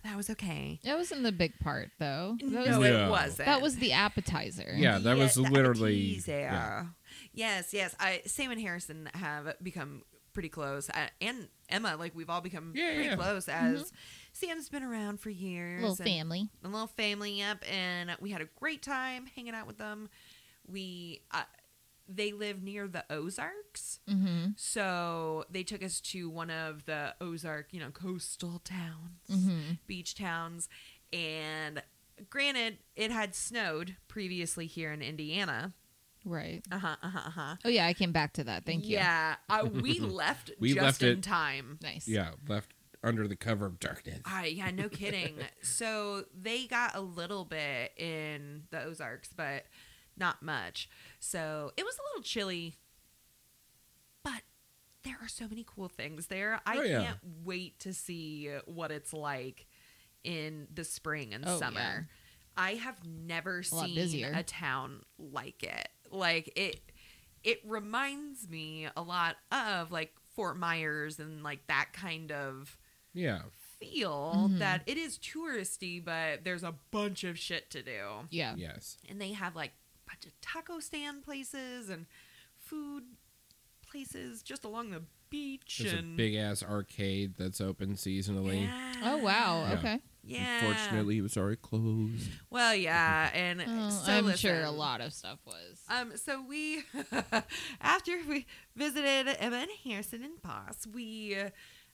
[SPEAKER 1] but that was okay.
[SPEAKER 3] That wasn't the big part, though. That was,
[SPEAKER 1] No,
[SPEAKER 3] the-
[SPEAKER 2] Yeah.
[SPEAKER 1] it wasn't.
[SPEAKER 3] that was the appetizer.
[SPEAKER 2] Yeah, that was
[SPEAKER 1] the
[SPEAKER 2] literally-
[SPEAKER 1] appetizer.
[SPEAKER 2] yeah.
[SPEAKER 1] Yes, yes. I Sam and Harrison have become pretty close, uh, and Emma. Like we've all become
[SPEAKER 2] Yeah,
[SPEAKER 1] pretty
[SPEAKER 2] yeah.
[SPEAKER 1] close as Sam's been around for years.
[SPEAKER 3] Mm-hmm. Little
[SPEAKER 1] and-
[SPEAKER 3] family.
[SPEAKER 1] a little family up and we had a great time hanging out with them we uh, they live near the ozarks
[SPEAKER 3] Mm-hmm.
[SPEAKER 1] so they took us to one of the ozark you know coastal towns
[SPEAKER 3] Mm-hmm.
[SPEAKER 1] beach towns and granted it had snowed previously here in indiana
[SPEAKER 3] Right.
[SPEAKER 1] uh-huh uh-huh uh-huh
[SPEAKER 3] Oh yeah, I came back to that. Thank you.
[SPEAKER 1] yeah uh,
[SPEAKER 3] [LAUGHS]
[SPEAKER 1] we left
[SPEAKER 2] We
[SPEAKER 1] just
[SPEAKER 2] left
[SPEAKER 1] in
[SPEAKER 2] it-
[SPEAKER 1] time
[SPEAKER 3] Nice.
[SPEAKER 2] Yeah, left under the cover of darkness.
[SPEAKER 1] I yeah, no
[SPEAKER 3] [LAUGHS]
[SPEAKER 1] kidding. so they got a little bit in the Ozarks, but not much. So it was a little chilly, but there are so many cool things there. I
[SPEAKER 2] Oh, yeah.
[SPEAKER 1] can't wait to see what it's like in the spring and
[SPEAKER 3] Oh, yeah.
[SPEAKER 1] summer. I have never
[SPEAKER 3] lot
[SPEAKER 1] seen
[SPEAKER 3] busier.
[SPEAKER 1] a town like it. Like it it reminds me a lot of like Fort Myers and like that kind of
[SPEAKER 2] Yeah.
[SPEAKER 1] feel
[SPEAKER 3] Mhm.
[SPEAKER 1] that it is touristy, but there's a bunch of shit to do.
[SPEAKER 3] Yeah.
[SPEAKER 2] Yes.
[SPEAKER 1] And they have like a bunch of taco stand places and food places just along the beach.
[SPEAKER 2] There's a
[SPEAKER 1] and
[SPEAKER 2] big ass arcade that's open seasonally.
[SPEAKER 1] yeah.
[SPEAKER 3] Oh wow.
[SPEAKER 2] Yeah.
[SPEAKER 3] Okay.
[SPEAKER 1] Yeah.
[SPEAKER 2] Unfortunately, it was already closed.
[SPEAKER 1] Well, yeah, and
[SPEAKER 3] Oh,
[SPEAKER 1] so
[SPEAKER 3] I'm
[SPEAKER 1] listen,
[SPEAKER 3] sure a lot of stuff was.
[SPEAKER 1] Um, so we, [LAUGHS] after we visited Emma and Harrison and Boss, we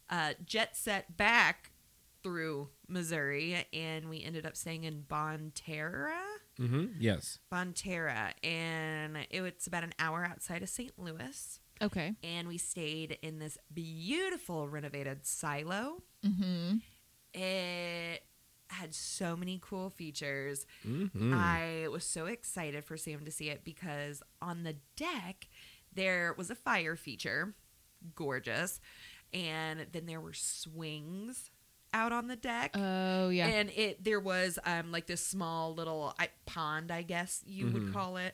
[SPEAKER 1] uh, jet set back through Missouri, and we ended up staying in Bonterra,
[SPEAKER 2] Mm-hmm. Yes.
[SPEAKER 1] Bonterra, and it, it's about an hour outside of St. Louis.
[SPEAKER 3] Okay.
[SPEAKER 1] And we stayed in this beautiful renovated silo.
[SPEAKER 3] Mm-hmm.
[SPEAKER 1] It had so many cool features.
[SPEAKER 2] Mm-hmm.
[SPEAKER 3] Hmm.
[SPEAKER 1] I was so excited for Sam to see it because on the deck there was a fire feature, gorgeous, and then there were swings out on the deck.
[SPEAKER 3] Oh yeah.
[SPEAKER 1] And it there was um like this small little I, pond, I guess you would
[SPEAKER 3] Mm-hmm.
[SPEAKER 2] Mhm.
[SPEAKER 1] call it,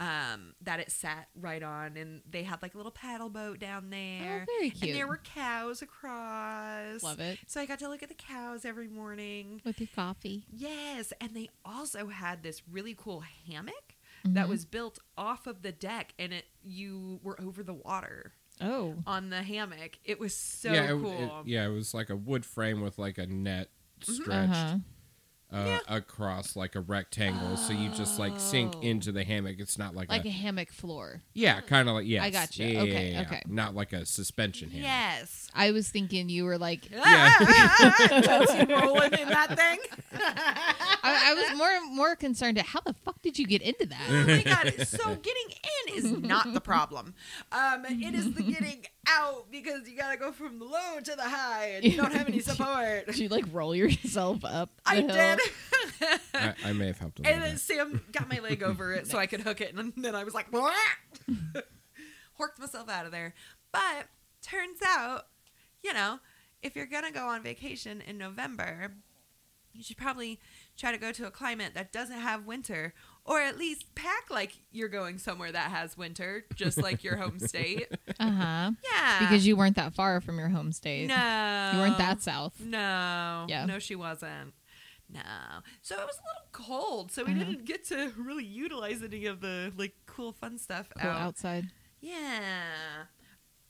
[SPEAKER 1] um that it sat right on, and they had like a little paddle boat down
[SPEAKER 3] oh,
[SPEAKER 1] there,
[SPEAKER 3] very cute.
[SPEAKER 1] and there were cows across.
[SPEAKER 3] Love it
[SPEAKER 1] So I got to look at the cows every morning.
[SPEAKER 3] with your coffee.
[SPEAKER 1] Yes, and they also had this really cool hammock that
[SPEAKER 3] Mhm.
[SPEAKER 2] Mm-hmm.
[SPEAKER 1] was built off of the deck, and it you were over the water
[SPEAKER 3] oh
[SPEAKER 1] on the hammock. It was so
[SPEAKER 2] yeah, it-
[SPEAKER 1] cool.
[SPEAKER 2] It, yeah, it was like a wood frame with like a net stretched
[SPEAKER 3] uh-huh.
[SPEAKER 2] uh, across like a rectangle, so you just like sink
[SPEAKER 1] Oh.
[SPEAKER 2] into the hammock. It's not like,
[SPEAKER 3] like
[SPEAKER 2] a,
[SPEAKER 3] a hammock floor.
[SPEAKER 2] yeah, kind of like yes.
[SPEAKER 3] gotcha.
[SPEAKER 2] Yeah, yeah,
[SPEAKER 3] Okay,
[SPEAKER 2] yeah, yeah.
[SPEAKER 3] okay.
[SPEAKER 2] Not like a suspension hammock. [LAUGHS]
[SPEAKER 1] yes.
[SPEAKER 3] I was thinking you
[SPEAKER 1] [LAUGHS]
[SPEAKER 3] were like
[SPEAKER 1] Ah, ah, ah, Tootsie rolling in that thing.
[SPEAKER 2] [LAUGHS]
[SPEAKER 3] I, I was more more concerned at how the fuck did you get into
[SPEAKER 1] Oh
[SPEAKER 3] that?
[SPEAKER 1] my god! So getting in is not the problem. Um, it is the getting out because you gotta go from the low to the high, and you don't have
[SPEAKER 2] [LAUGHS]
[SPEAKER 1] any support.
[SPEAKER 3] did you like roll yourself up? the
[SPEAKER 1] I
[SPEAKER 3] hill? [LAUGHS]
[SPEAKER 1] did.
[SPEAKER 2] I, I may have helped a little
[SPEAKER 1] And then
[SPEAKER 2] bit.
[SPEAKER 1] Sam got my leg over it so I could hook it, and then I was like, "Blah!" [LAUGHS] horked myself out of there. But turns out, you know, if you're gonna go on vacation in November, you should probably try to go to a climate that doesn't have winter, or at least pack like you're going somewhere that has winter, just like your home
[SPEAKER 3] [LAUGHS]
[SPEAKER 1] state.
[SPEAKER 3] Uh huh.
[SPEAKER 1] [LAUGHS] Yeah,
[SPEAKER 3] Because you weren't that far from your home state.
[SPEAKER 1] no,
[SPEAKER 3] You weren't that south.
[SPEAKER 1] no.
[SPEAKER 3] Yeah.
[SPEAKER 1] No, she wasn't. No. So it was a little cold, so we
[SPEAKER 3] Uh-huh.
[SPEAKER 1] didn't get to [LAUGHS] really utilize any of the like cool fun stuff
[SPEAKER 3] Cool
[SPEAKER 1] out.
[SPEAKER 3] outside.
[SPEAKER 1] Yeah.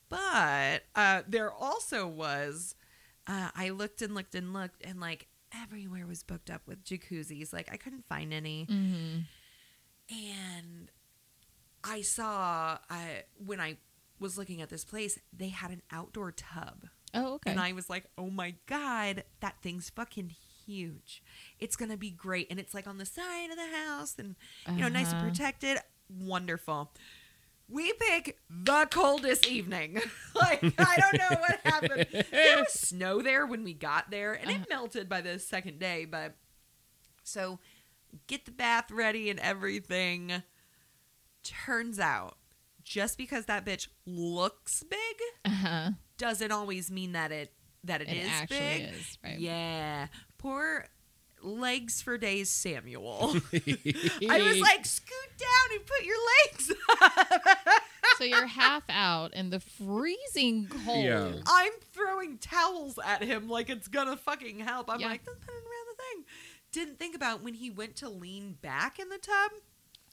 [SPEAKER 1] But uh there also was uh I looked and looked and looked and like everywhere was booked up with jacuzzis. Like I couldn't find any
[SPEAKER 3] Mm-hmm.
[SPEAKER 1] and I saw uh, when I was looking at this place, they had an outdoor tub.
[SPEAKER 3] Oh, okay.
[SPEAKER 1] And I was like, oh my God, that thing's fucking huge. It's gonna be great, and it's like on the side of the house, and you know, nice and
[SPEAKER 3] Uh-huh.
[SPEAKER 1] protected. Wonderful. We pick the coldest evening. [LAUGHS] like I don't know
[SPEAKER 3] [LAUGHS]
[SPEAKER 1] what happened. There was snow there when we got there, and
[SPEAKER 3] Uh-huh.
[SPEAKER 1] it melted by the second day. But so, get the bath ready and everything. Turns out, just because that bitch looks big,
[SPEAKER 3] Uh-huh.
[SPEAKER 1] doesn't always mean that it that
[SPEAKER 3] It
[SPEAKER 1] it is
[SPEAKER 3] actually
[SPEAKER 1] big.
[SPEAKER 3] is, right?
[SPEAKER 1] Yeah. Poor legs for days Samuel. I
[SPEAKER 2] I [LAUGHS]
[SPEAKER 1] was like, scoot down and put your legs up. [LAUGHS]
[SPEAKER 3] so you're half out in
[SPEAKER 1] [LAUGHS]
[SPEAKER 3] the freezing cold.
[SPEAKER 2] Yeah.
[SPEAKER 1] I'm throwing towels at him like it's gonna fucking help. I'm
[SPEAKER 3] Yeah.
[SPEAKER 1] like, just put it around the thing. Didn't think about when he went to lean back in the tub,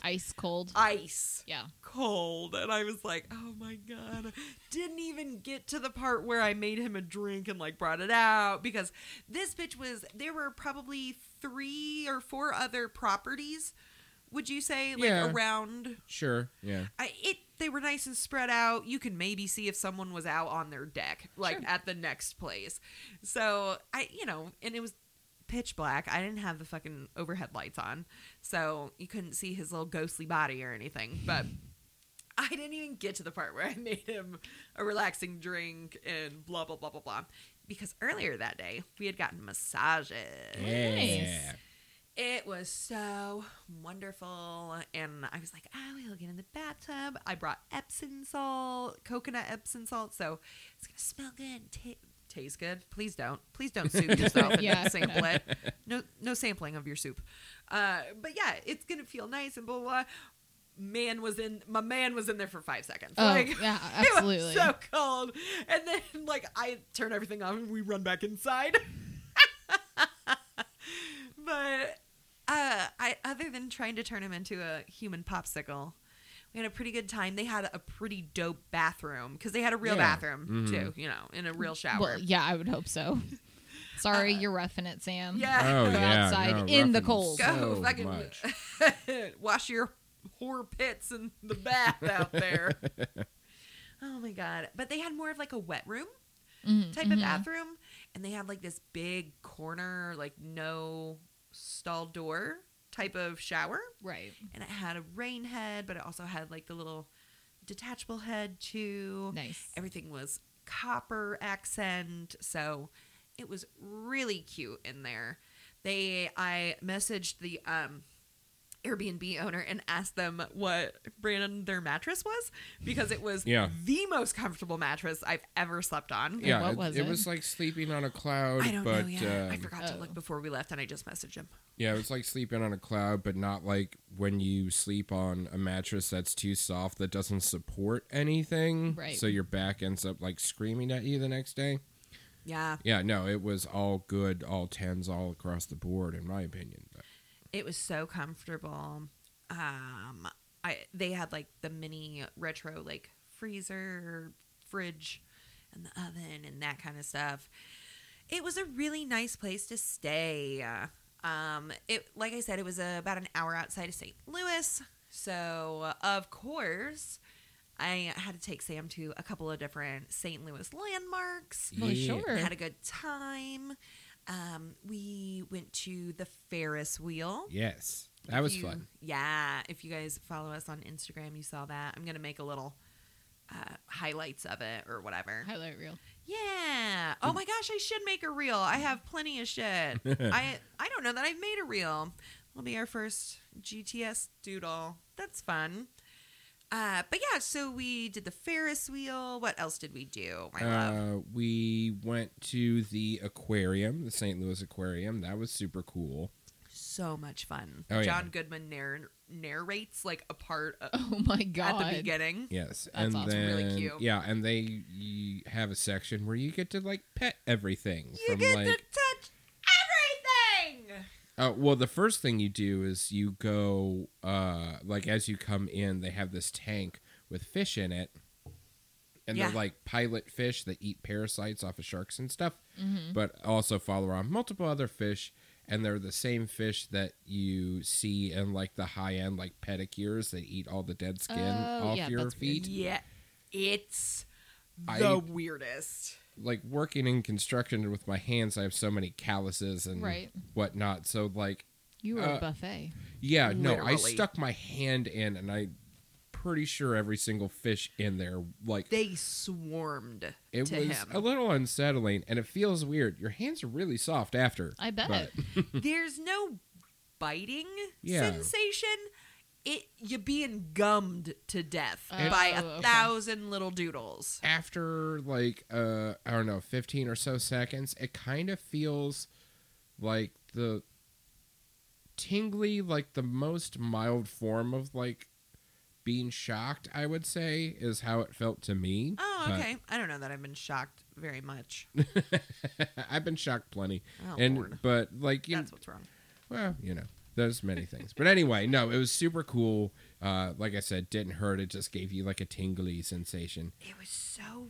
[SPEAKER 3] Ice cold.
[SPEAKER 1] Uh, ice
[SPEAKER 3] yeah.
[SPEAKER 1] cold. And I was like, oh my God. Didn't even get to the part where I made him a drink and like brought it out because this bitch was, there were probably three or four other properties, would you say, like
[SPEAKER 2] Yeah.
[SPEAKER 1] around.
[SPEAKER 2] sure. Yeah.
[SPEAKER 1] I, it they were nice and spread out. You can maybe see if someone was out on their deck, like
[SPEAKER 3] Sure.
[SPEAKER 1] at the next place. So I, you know, and it was pitch black. I didn't have the fucking overhead lights on, so you couldn't see his little ghostly body or anything. But I didn't even get to the part where I made him a relaxing drink and blah blah blah blah blah. Because earlier that day we had gotten massages.
[SPEAKER 2] Yeah.
[SPEAKER 1] It was so wonderful. And I was like, oh, we'll get in the bathtub. I brought Epsom salt, coconut Epsom salt. So it's going to smell good, and ta- taste good. Please don't. Please don't
[SPEAKER 3] [LAUGHS]
[SPEAKER 1] soup yourself and
[SPEAKER 3] Yeah.
[SPEAKER 1] sample it. No, no sampling of your soup. Uh, but yeah, it's going to feel nice and blah, blah, blah. Man was in, my man was in there for five seconds.
[SPEAKER 3] Oh,
[SPEAKER 1] Like-
[SPEAKER 3] yeah,
[SPEAKER 1] [LAUGHS] it was
[SPEAKER 3] absolutely.
[SPEAKER 1] so cold. And then, like, I turn everything off and we run back inside. [LAUGHS] but uh, I, other than trying to turn him into a human popsicle, we had a pretty good time. They had a pretty dope bathroom because they had a real
[SPEAKER 2] Yeah.
[SPEAKER 1] bathroom
[SPEAKER 2] Mhm.
[SPEAKER 1] too, you know, in a real shower.
[SPEAKER 3] Well, yeah, I would
[SPEAKER 1] [LAUGHS]
[SPEAKER 3] hope so. Sorry, you're roughing it, Sam.
[SPEAKER 1] Uh, yeah.
[SPEAKER 2] Oh
[SPEAKER 3] Go
[SPEAKER 2] yeah.
[SPEAKER 3] outside
[SPEAKER 2] no,
[SPEAKER 3] in the
[SPEAKER 2] roughing
[SPEAKER 3] cold.
[SPEAKER 2] So
[SPEAKER 1] Go [LAUGHS] fucking
[SPEAKER 2] much.
[SPEAKER 1] [LAUGHS] wash your whore pits in the bath out there. oh my god! But they had more of like a wet room.
[SPEAKER 3] Mhm,
[SPEAKER 1] type
[SPEAKER 3] mhm.
[SPEAKER 1] of bathroom and they had like this big corner like no stall door type of shower
[SPEAKER 3] Mm-hmm. Right.
[SPEAKER 1] and it had a rain head but it also had like the little detachable head too
[SPEAKER 3] Nice.
[SPEAKER 1] everything was copper accent so it was really cute in there they i messaged the um airbnb owner and asked them what brandon their mattress was because it was
[SPEAKER 2] Yeah.
[SPEAKER 1] the most comfortable mattress i've ever slept on
[SPEAKER 2] Yeah.
[SPEAKER 3] what
[SPEAKER 2] it,
[SPEAKER 3] was
[SPEAKER 2] it
[SPEAKER 3] it?
[SPEAKER 2] was like sleeping on a cloud,
[SPEAKER 1] I don't
[SPEAKER 2] but
[SPEAKER 1] know yet. I
[SPEAKER 2] um,
[SPEAKER 1] forgot to
[SPEAKER 3] Oh.
[SPEAKER 1] look before we left, and I just messaged him.
[SPEAKER 2] Yeah, it's like sleeping on a cloud, but not like when you sleep on a mattress that's too soft that doesn't support anything.
[SPEAKER 3] Right.
[SPEAKER 2] So your back ends up like screaming at you the next day.
[SPEAKER 1] Yeah,
[SPEAKER 2] Yeah, no, it was all good, all tens, all across the board, in my opinion. But
[SPEAKER 1] it was so comfortable. Um, I they had like the mini retro like freezer, fridge, and the oven and that kind of stuff. It was a really nice place to stay. Um, it like I said, it was uh, about an hour outside of St. Louis, so uh, of course. I had to take Sam to a couple of different St. Louis landmarks.
[SPEAKER 3] Well,
[SPEAKER 2] Yeah.
[SPEAKER 3] sure.
[SPEAKER 1] had a good time. Um, we went to the Ferris wheel.
[SPEAKER 2] yes, that was
[SPEAKER 1] You-
[SPEAKER 2] fun.
[SPEAKER 1] Yeah. If you guys follow us on Instagram, you saw that. I'm going to make a little uh, highlights of it or whatever.
[SPEAKER 3] Highlight reel. [LAUGHS]
[SPEAKER 1] Yeah. Oh my gosh, I should make a reel. I have plenty of shit.
[SPEAKER 2] [LAUGHS]
[SPEAKER 1] I I don't know that I've made a reel. It'll be our first GTS doodle. That's fun. Uh, but yeah, so we did the Ferris wheel. What else did we do? My love.
[SPEAKER 2] Uh, we went to the aquarium, the St. Louis Aquarium. That was super cool.
[SPEAKER 1] So much fun.
[SPEAKER 2] Oh, yeah.
[SPEAKER 1] John Goodman narr- narrates like a part of,
[SPEAKER 3] Oh my god.
[SPEAKER 1] at the beginning.
[SPEAKER 2] Yes,
[SPEAKER 3] That's
[SPEAKER 2] and
[SPEAKER 3] awesome.
[SPEAKER 2] then
[SPEAKER 1] Really cute.
[SPEAKER 2] yeah, and they you have a section where you get to like pet everything.
[SPEAKER 1] You
[SPEAKER 2] from
[SPEAKER 1] get
[SPEAKER 2] like,
[SPEAKER 1] to touch everything.
[SPEAKER 2] Uh, well, the first thing you do is you go, uh, like, as you come in, they have this tank with fish in it. And
[SPEAKER 1] Yeah.
[SPEAKER 2] they're like pilot fish that eat parasites off of sharks and stuff,
[SPEAKER 3] Mm-hmm.
[SPEAKER 2] but also follow around multiple other fish. And they're the same fish that you see in like the high end, like pedicures that eat all the dead skin
[SPEAKER 3] Oh,
[SPEAKER 2] off
[SPEAKER 3] yeah,
[SPEAKER 2] your
[SPEAKER 3] that's weird.
[SPEAKER 2] feet.
[SPEAKER 1] Yeah. It's
[SPEAKER 2] I-
[SPEAKER 1] the weirdest.
[SPEAKER 2] like working in construction and with my hands, I have so many calluses and
[SPEAKER 3] Right.
[SPEAKER 2] whatnot. So like,
[SPEAKER 3] You were
[SPEAKER 2] Uh,
[SPEAKER 1] [LAUGHS]
[SPEAKER 3] a buffet.
[SPEAKER 2] yeah, no, I
[SPEAKER 1] Literally.
[SPEAKER 2] stuck my hand in, and I pretty sure every single fish in there like
[SPEAKER 1] They swarmed
[SPEAKER 2] it was
[SPEAKER 1] to him.
[SPEAKER 2] a little unsettling, and it feels weird. Your hands are really soft after.
[SPEAKER 3] I bet.
[SPEAKER 1] There's no biting
[SPEAKER 2] Yeah.
[SPEAKER 1] sensation. It you being gummed to death
[SPEAKER 3] Oh,
[SPEAKER 1] by a
[SPEAKER 3] okay.
[SPEAKER 1] thousand little doodles.
[SPEAKER 2] after like uh I don't know, fifteen or so seconds, it kind of feels like the tingly, like the most mild form of like being shocked. I would say is how it felt to me.
[SPEAKER 1] Oh,
[SPEAKER 2] But
[SPEAKER 1] okay. I don't know that I've been shocked very
[SPEAKER 2] [LAUGHS]
[SPEAKER 1] much.
[SPEAKER 2] I've been shocked plenty,
[SPEAKER 1] Oh,
[SPEAKER 2] and
[SPEAKER 1] Lord.
[SPEAKER 2] but like you,
[SPEAKER 1] That's what's wrong.
[SPEAKER 2] well, you know, there's many things. But anyway, no, it was super cool. Uh, like I said, didn't hurt. It just gave you like a tingly sensation.
[SPEAKER 1] It was so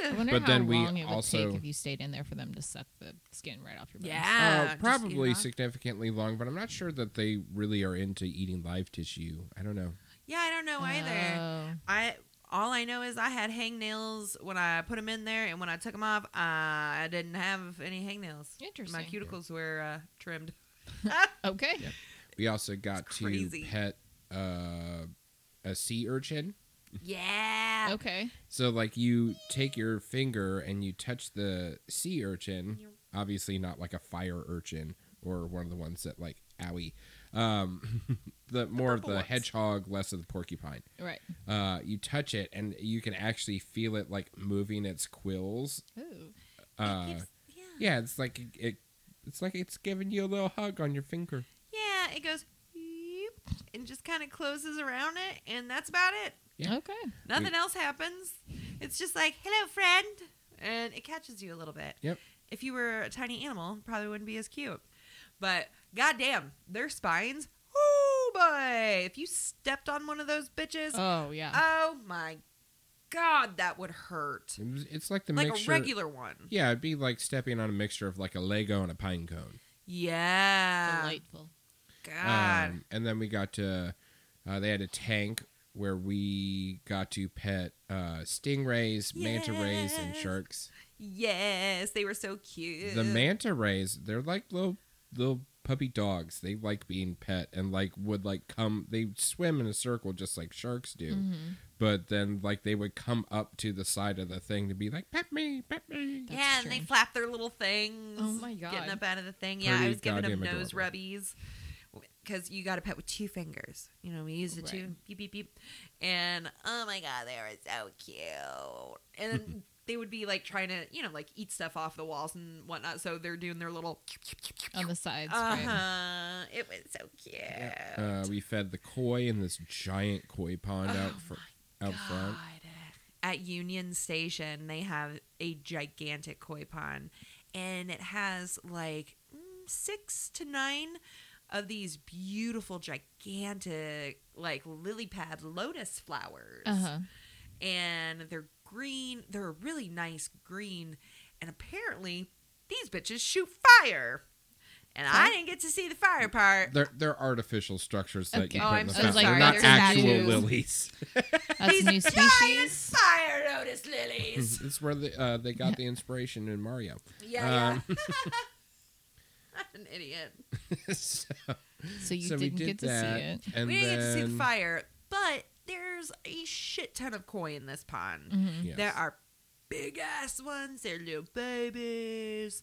[SPEAKER 3] I
[SPEAKER 1] weird.
[SPEAKER 3] wonder
[SPEAKER 2] But
[SPEAKER 3] how
[SPEAKER 2] then we
[SPEAKER 3] long it would
[SPEAKER 2] also-
[SPEAKER 3] take if you stayed in there for them to suck the skin right off your bones.
[SPEAKER 1] Yeah,
[SPEAKER 2] uh,
[SPEAKER 1] Ah, just, you
[SPEAKER 2] probably
[SPEAKER 1] know.
[SPEAKER 2] significantly long, but I'm not sure that they really are into eating live tissue. I don't know.
[SPEAKER 1] Yeah, I don't know either.
[SPEAKER 3] Oh.
[SPEAKER 1] I all I know is I had hangnails when I put them in there, and when I took them off, I didn't have any hangnails.
[SPEAKER 3] Interesting.
[SPEAKER 1] My cuticles were uh, trimmed.
[SPEAKER 3] Oh. Okay.
[SPEAKER 2] Yeah. We also got
[SPEAKER 1] It's
[SPEAKER 2] to
[SPEAKER 1] crazy.
[SPEAKER 2] pet uh, a sea urchin.
[SPEAKER 1] Yeah.
[SPEAKER 3] Okay.
[SPEAKER 2] So, like, you take your finger and you touch the sea urchin. Obviously, not like a fire urchin or one of the ones that, like, owie. Um, [LAUGHS] the more of
[SPEAKER 1] purple
[SPEAKER 2] the
[SPEAKER 1] ones.
[SPEAKER 2] hedgehog, less of the porcupine.
[SPEAKER 3] Right.
[SPEAKER 2] Uh, you touch it and you can actually feel it, like, moving its quills.
[SPEAKER 3] Ooh.
[SPEAKER 2] Uh,
[SPEAKER 1] It gives- yeah.
[SPEAKER 2] Yeah, it's like it. It's like it's giving you a little hug on your finger.
[SPEAKER 1] Yeah, it goes "Yeep," and just kind of closes around it, and that's about it.
[SPEAKER 2] Yeah.
[SPEAKER 3] Okay.
[SPEAKER 1] Nothing else happens. It's just like, hello, friend. And it catches you a little bit.
[SPEAKER 2] Yep.
[SPEAKER 1] If you were a tiny animal, it probably wouldn't be as cute. But goddamn, their spines. Oh boy. If you stepped on one of those bitches,
[SPEAKER 3] Oh yeah.
[SPEAKER 1] oh my god, that would hurt.
[SPEAKER 2] It was- It's like the
[SPEAKER 1] Like
[SPEAKER 2] mixture.
[SPEAKER 1] a regular one.
[SPEAKER 2] Yeah, it'd be like stepping on a mixture of like a Lego and a pine cone.
[SPEAKER 1] Yeah.
[SPEAKER 3] Delightful.
[SPEAKER 1] God.
[SPEAKER 2] Um, and then we got to. Uh, they had a tank where we got to pet uh, stingrays, manta rays, and
[SPEAKER 1] Yes.
[SPEAKER 2] sharks.
[SPEAKER 1] yes, they were so cute.
[SPEAKER 2] The manta rays, they're like little little puppy dogs. They like being pet and like would like come. They swim in a circle just like sharks do.
[SPEAKER 1] Mm-hmm.
[SPEAKER 3] Mhm.
[SPEAKER 2] But then like they would come up to the side of the thing to be like pet me, pet me.
[SPEAKER 3] That's
[SPEAKER 1] yeah, and they
[SPEAKER 3] strange.
[SPEAKER 1] flap their little things.
[SPEAKER 3] Oh my God.
[SPEAKER 1] Getting up out of the thing. Yeah, I
[SPEAKER 2] Pretty
[SPEAKER 1] was giving them
[SPEAKER 2] goddamn
[SPEAKER 1] nose
[SPEAKER 2] adorable.
[SPEAKER 1] rubbies because you got to pet with two fingers. You know, we used the two
[SPEAKER 3] Right.
[SPEAKER 1] beep beep beep, and oh my god, they were so cute. And
[SPEAKER 2] [LAUGHS]
[SPEAKER 1] then they would be like trying to, you know, like eat stuff off the walls and whatnot. So they're doing their little.
[SPEAKER 3] On the sides.
[SPEAKER 1] Uh [LAUGHS]
[SPEAKER 3] Right.
[SPEAKER 1] huh. It was so cute.
[SPEAKER 2] Uh, we fed the koi in this giant koi pond
[SPEAKER 1] Oh
[SPEAKER 2] out fr- out front.
[SPEAKER 1] God. At Union Station, they have a gigantic koi pond, and it has like mm, six to nine of these beautiful, gigantic, like lily pad lotus flowers.
[SPEAKER 3] Uh huh.
[SPEAKER 1] And they're green, they're a really nice green, and apparently these bitches shoot fire. And I didn't get to see the fire part.
[SPEAKER 2] They're they're artificial structures that
[SPEAKER 3] Okay.
[SPEAKER 2] you
[SPEAKER 3] Oh,
[SPEAKER 2] put
[SPEAKER 1] I'm
[SPEAKER 2] in the
[SPEAKER 1] so
[SPEAKER 2] fountain.
[SPEAKER 1] sorry.
[SPEAKER 2] They're not
[SPEAKER 1] They're
[SPEAKER 2] actual
[SPEAKER 1] statues.
[SPEAKER 2] lilies.
[SPEAKER 1] [LAUGHS]
[SPEAKER 3] That's a new
[SPEAKER 1] Giant
[SPEAKER 3] species.
[SPEAKER 1] fire lotus lilies.
[SPEAKER 2] it's where the, uh, they got the inspiration in Mario. [LAUGHS]
[SPEAKER 1] Yeah,
[SPEAKER 2] Um,
[SPEAKER 1] yeah. [LAUGHS] I'm an idiot.
[SPEAKER 2] so,
[SPEAKER 3] So you
[SPEAKER 2] so we
[SPEAKER 3] didn't
[SPEAKER 2] did
[SPEAKER 3] get to
[SPEAKER 2] that,
[SPEAKER 3] see it.
[SPEAKER 2] and
[SPEAKER 1] we didn't get to see the
[SPEAKER 2] then-
[SPEAKER 1] fire, but there's a shit ton of koi in this pond.
[SPEAKER 3] Mhm.
[SPEAKER 2] yes.
[SPEAKER 1] There are big ass ones. They're little babies.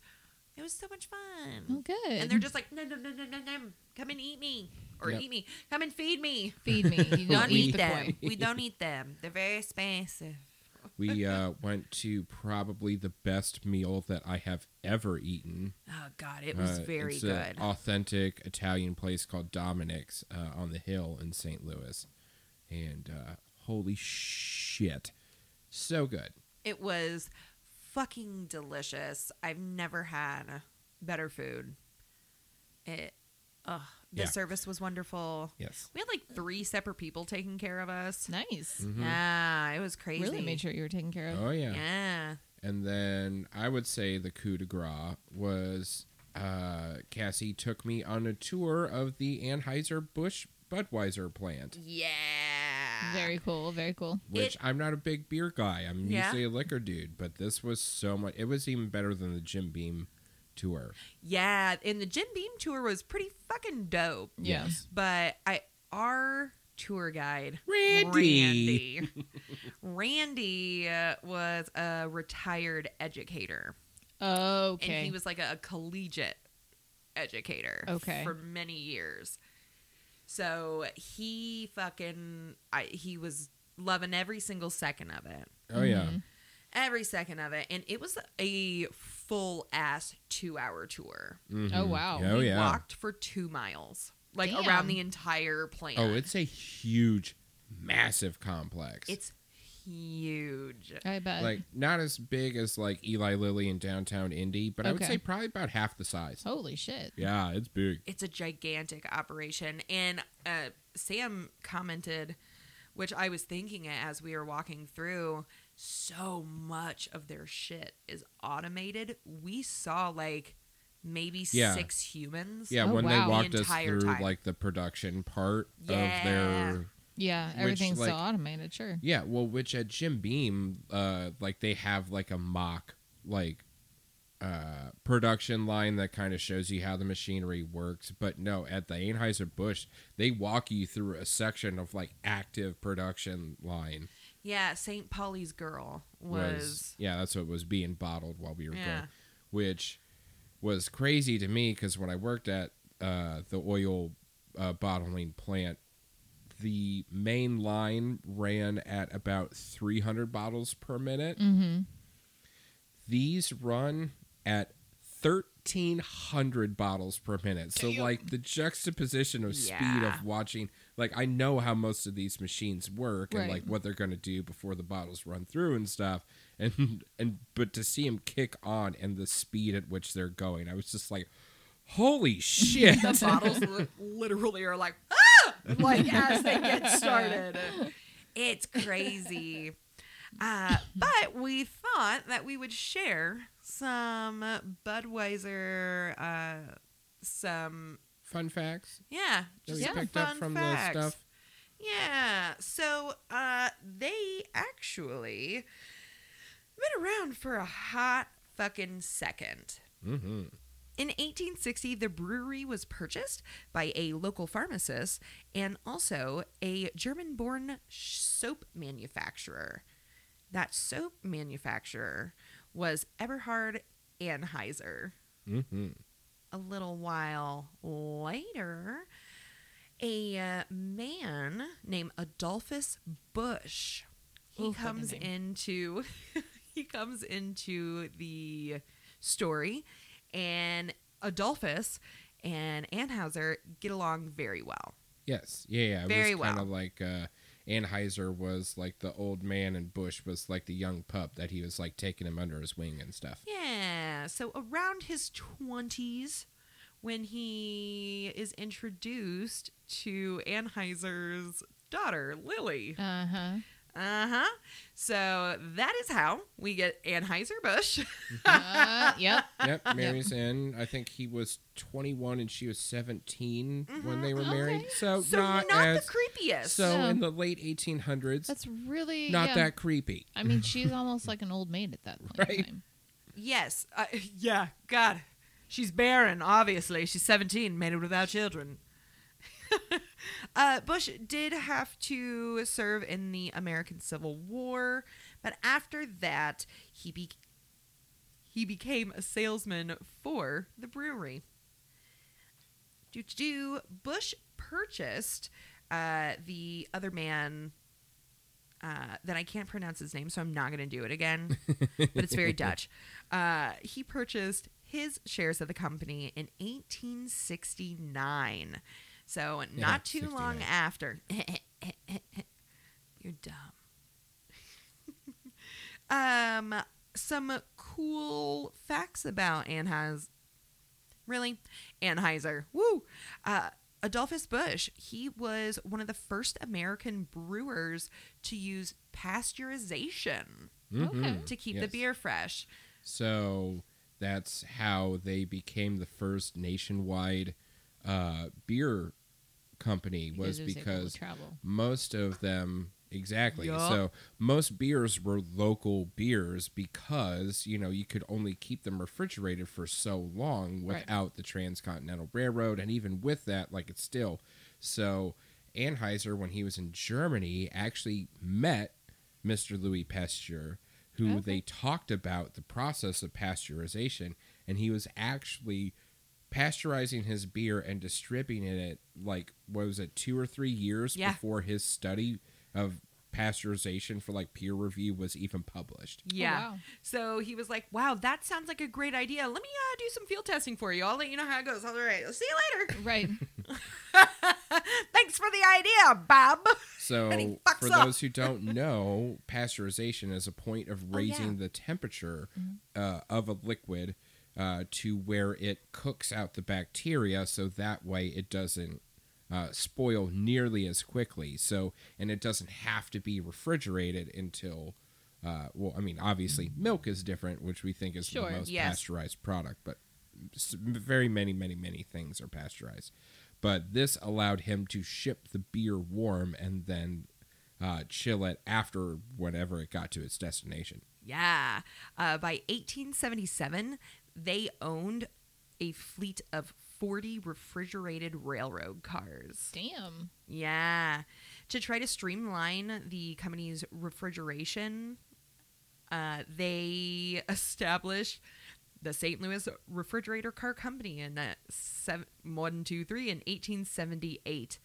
[SPEAKER 1] It was so much fun.
[SPEAKER 3] Oh, good.
[SPEAKER 1] And they're just like, no, no, no, no, no, no. Come and eat me. Or
[SPEAKER 2] Yep.
[SPEAKER 1] eat me. Come and feed me.
[SPEAKER 3] feed
[SPEAKER 1] [LAUGHS]
[SPEAKER 3] me. You
[SPEAKER 1] We don't
[SPEAKER 3] don't eat
[SPEAKER 1] eat
[SPEAKER 3] the
[SPEAKER 1] them.
[SPEAKER 3] koi.
[SPEAKER 1] we don't eat them. They're very expensive. [LAUGHS]
[SPEAKER 2] we uh, went to probably the best meal that I have ever eaten.
[SPEAKER 1] Oh, God. It was
[SPEAKER 2] Uh,
[SPEAKER 1] very
[SPEAKER 2] it's a
[SPEAKER 1] good.
[SPEAKER 2] authentic Italian place called Dominic's uh, on the hill in St. Louis, and uh, holy shit, so good.
[SPEAKER 1] It was fucking delicious. I've never had better food. It, ugh, the
[SPEAKER 2] Yeah.
[SPEAKER 1] service was wonderful.
[SPEAKER 2] Yes,
[SPEAKER 1] We had like three separate people taking care of us.
[SPEAKER 3] Nice.
[SPEAKER 2] Mhm.
[SPEAKER 1] Yeah, it was Mm. crazy.
[SPEAKER 3] Really made sure you were taken care of.
[SPEAKER 2] oh yeah.
[SPEAKER 1] Yeah.
[SPEAKER 2] And then I would say the coup de grace was uh, Cassie took me on a tour of the Anheuser Busch Budweiser plant.
[SPEAKER 1] Yeah.
[SPEAKER 3] Very cool. Very cool.
[SPEAKER 2] Which I'm not a big beer guy. I'm
[SPEAKER 1] Yeah.
[SPEAKER 2] usually a liquor dude, but this was so much. It was even better than the Jim Beam tour.
[SPEAKER 1] Yeah, and the Jim Beam tour was pretty fucking dope.
[SPEAKER 3] Yeah.
[SPEAKER 2] Yes.
[SPEAKER 1] But I our tour guide
[SPEAKER 2] Randy.
[SPEAKER 1] Randy, [LAUGHS] Randy, uh, was a retired educator,
[SPEAKER 3] Okay.
[SPEAKER 1] and he was like a, collegiate educator.
[SPEAKER 3] Okay.
[SPEAKER 1] for many years. So he fucking I, he was loving every single second of it
[SPEAKER 2] Oh yeah.
[SPEAKER 1] Mm-hmm.
[SPEAKER 3] Mhm.
[SPEAKER 1] every second of it and it was a full ass two hour tour
[SPEAKER 2] Mhm.
[SPEAKER 3] Oh, wow.
[SPEAKER 2] Oh
[SPEAKER 1] we
[SPEAKER 2] yeah.
[SPEAKER 1] walked for two miles like
[SPEAKER 3] Damn.
[SPEAKER 1] around the entire plant
[SPEAKER 2] Oh, it's a huge, massive complex.
[SPEAKER 1] it's huge
[SPEAKER 3] I bet.
[SPEAKER 2] like not as big as like Eli Lilly in downtown Indy, but I would
[SPEAKER 3] Okay.
[SPEAKER 2] say probably about half the size.
[SPEAKER 1] Oh.
[SPEAKER 3] Holy shit.
[SPEAKER 2] Yeah, it's big.
[SPEAKER 1] it's a gigantic operation and uh, sam commented which i was thinking it as we were walking through so much of their shit is automated we saw like maybe
[SPEAKER 2] Yeah.
[SPEAKER 1] six humans
[SPEAKER 2] Yeah,
[SPEAKER 3] Oh,
[SPEAKER 2] when
[SPEAKER 3] wow.
[SPEAKER 2] they
[SPEAKER 3] The
[SPEAKER 2] walked us
[SPEAKER 1] entire
[SPEAKER 2] through
[SPEAKER 1] time.
[SPEAKER 2] like the production part
[SPEAKER 1] Yeah.
[SPEAKER 2] of their
[SPEAKER 3] Yeah.
[SPEAKER 2] Which,
[SPEAKER 3] Everything's
[SPEAKER 2] like-
[SPEAKER 3] so automated. Sure.
[SPEAKER 2] Yeah, well, which at Jim Beam, uh, like they have like a mock like uh production line that kind of shows you how the machinery works. But no, at the Anheuser Busch, they walk you through a section of like active production line.
[SPEAKER 1] Yeah, St. Polly's Girl
[SPEAKER 2] Was,
[SPEAKER 1] was.
[SPEAKER 2] yeah, that's what was being bottled while we were
[SPEAKER 1] Yeah.
[SPEAKER 2] going, which was crazy to me because when I worked at uh the oil uh, bottling plant. The main line ran at about 300 bottles per minute.
[SPEAKER 3] Mm-hmm.
[SPEAKER 2] these run at 1300 bottles per minute so like the juxtaposition of speed
[SPEAKER 1] Yeah.
[SPEAKER 2] of watching like i know how most of these machines work and
[SPEAKER 3] Right.
[SPEAKER 2] like what they're going to do before the bottles run through and stuff and and but to see them kick on and the speed at which they're going i was just like
[SPEAKER 1] [LAUGHS]
[SPEAKER 2] holy shit
[SPEAKER 1] The bottles li- literally are like, ah! Like as they get started. It's crazy. Uh, but we thought that we would share some Budweiser, uh, some,
[SPEAKER 2] fun facts
[SPEAKER 1] yeah,
[SPEAKER 2] that
[SPEAKER 1] just
[SPEAKER 2] we
[SPEAKER 1] some
[SPEAKER 2] picked
[SPEAKER 1] fun
[SPEAKER 2] up from
[SPEAKER 1] facts.
[SPEAKER 2] the stuff
[SPEAKER 1] Yeah. So uh they actually been around for a hot fucking second.
[SPEAKER 2] mm-hmm.
[SPEAKER 1] In 1860, the brewery was purchased by a local pharmacist and also a German born soap manufacturer. That soap manufacturer was Eberhard Anheuser
[SPEAKER 2] Mm-hmm.
[SPEAKER 1] a little while later, a uh, man named Adolphus Bush. He
[SPEAKER 3] Ooh, fucking
[SPEAKER 1] comes
[SPEAKER 3] name.
[SPEAKER 1] into [LAUGHS] he comes into the story, and Adolphus and Anheuser get along very well.
[SPEAKER 2] Yes. Yeah. yeah. It
[SPEAKER 1] Very
[SPEAKER 2] was Kind
[SPEAKER 1] well.
[SPEAKER 2] of like uh, Anheuser was like the old man, and Bush was like the young pup that he was like taking him under his wing and stuff.
[SPEAKER 1] Yeah. So around his 20s, when he is introduced to Anheuser's daughter, Lily.
[SPEAKER 3] Uh huh.
[SPEAKER 1] Uh huh. So that is how we get Anheuser [LAUGHS] Busch.
[SPEAKER 2] [LAUGHS]
[SPEAKER 3] Uh, yep.
[SPEAKER 1] [LAUGHS]
[SPEAKER 2] Yep. Mary's in. I think he was 21 and she was 17 when they were
[SPEAKER 3] Mhm,
[SPEAKER 2] married.
[SPEAKER 3] okay.
[SPEAKER 1] Mm-hmm. Oh,
[SPEAKER 2] So,
[SPEAKER 1] so
[SPEAKER 2] Oh, not,
[SPEAKER 1] not,
[SPEAKER 2] as
[SPEAKER 1] the creepiest.
[SPEAKER 2] so
[SPEAKER 3] No.
[SPEAKER 2] in the late 1800s.
[SPEAKER 3] That's really
[SPEAKER 2] not
[SPEAKER 3] yeah.
[SPEAKER 2] that creepy.
[SPEAKER 3] I mean, she's almost like an old maid at that point. in
[SPEAKER 2] Right.
[SPEAKER 3] time.
[SPEAKER 1] yes. Uh, yeah. God. She's barren, obviously. She's 17, made it without children. [LAUGHS] uh, Bush did have to serve in the American Civil War, but after that, he be- he became a salesman for the brewery. Do do do. Bush purchased uh, the other man uh, that I can't pronounce his name, so I'm not going to do it again. but it's very Dutch. Uh, he purchased his shares of the company in 1869. So not
[SPEAKER 2] Yeah,
[SPEAKER 1] too long
[SPEAKER 2] 69.
[SPEAKER 1] after. [LAUGHS] You're dumb. [LAUGHS] Um, some cool facts about Anheuser. Really, Anheuser. Woo. Uh, Adolphus Bush. He was one of the first American brewers to use pasteurization
[SPEAKER 2] Mhm.
[SPEAKER 1] to keep the
[SPEAKER 2] Yes.
[SPEAKER 1] beer fresh.
[SPEAKER 2] So that's how they became the first nationwide uh, beer company was
[SPEAKER 3] it able to
[SPEAKER 2] because
[SPEAKER 3] travel.
[SPEAKER 2] most of them exactly
[SPEAKER 1] Yup.
[SPEAKER 2] so most beers were local beers because you know you could only keep them refrigerated for so long
[SPEAKER 3] Right.
[SPEAKER 2] without the transcontinental railroad and even with that like it's still so anheuser when he was in germany actually met mr louis pasteur who
[SPEAKER 3] Okay.
[SPEAKER 2] they talked about the process of pasteurization and he was actually pasteurizing his beer and distributing it like what was it two or three years
[SPEAKER 1] Yeah.
[SPEAKER 2] before his study of pasteurization for like peer review was even published
[SPEAKER 1] Yeah.
[SPEAKER 3] wow.
[SPEAKER 1] So he was like, "Wow, that sounds like a great idea. Let me uh, do some field testing for you. I'll let you know how it goes. All right, I'll see you later. [LAUGHS]
[SPEAKER 3] Right.
[SPEAKER 1] Thanks for the idea, Bob." And he
[SPEAKER 2] so
[SPEAKER 1] fucks
[SPEAKER 2] for
[SPEAKER 1] up.
[SPEAKER 2] those who don't [LAUGHS] know pasteurization is a point of
[SPEAKER 1] Oh, yeah. Mm-hmm.
[SPEAKER 2] raising the temperature uh, of a liquid uh, to where it cooks out the bacteria so that way it doesn't uh, spoil nearly as quickly. So, and it doesn't have to be refrigerated until, uh, well, I mean, obviously milk is different, which we think is
[SPEAKER 3] Sure,
[SPEAKER 2] the most
[SPEAKER 1] yes.
[SPEAKER 2] pasteurized product, but s- very many, many, many things are pasteurized. But this allowed him to ship the beer warm and then uh, chill it after whenever it got to its destination.
[SPEAKER 1] Yeah. Uh, by 1877, they owned a fleet of 40 refrigerated railroad cars.
[SPEAKER 3] Damn.
[SPEAKER 1] Yeah. To try to streamline the company's refrigeration, uh, they [LAUGHS] established the St. Louis Refrigerator Car Company in uh, seven, 123 in 1878.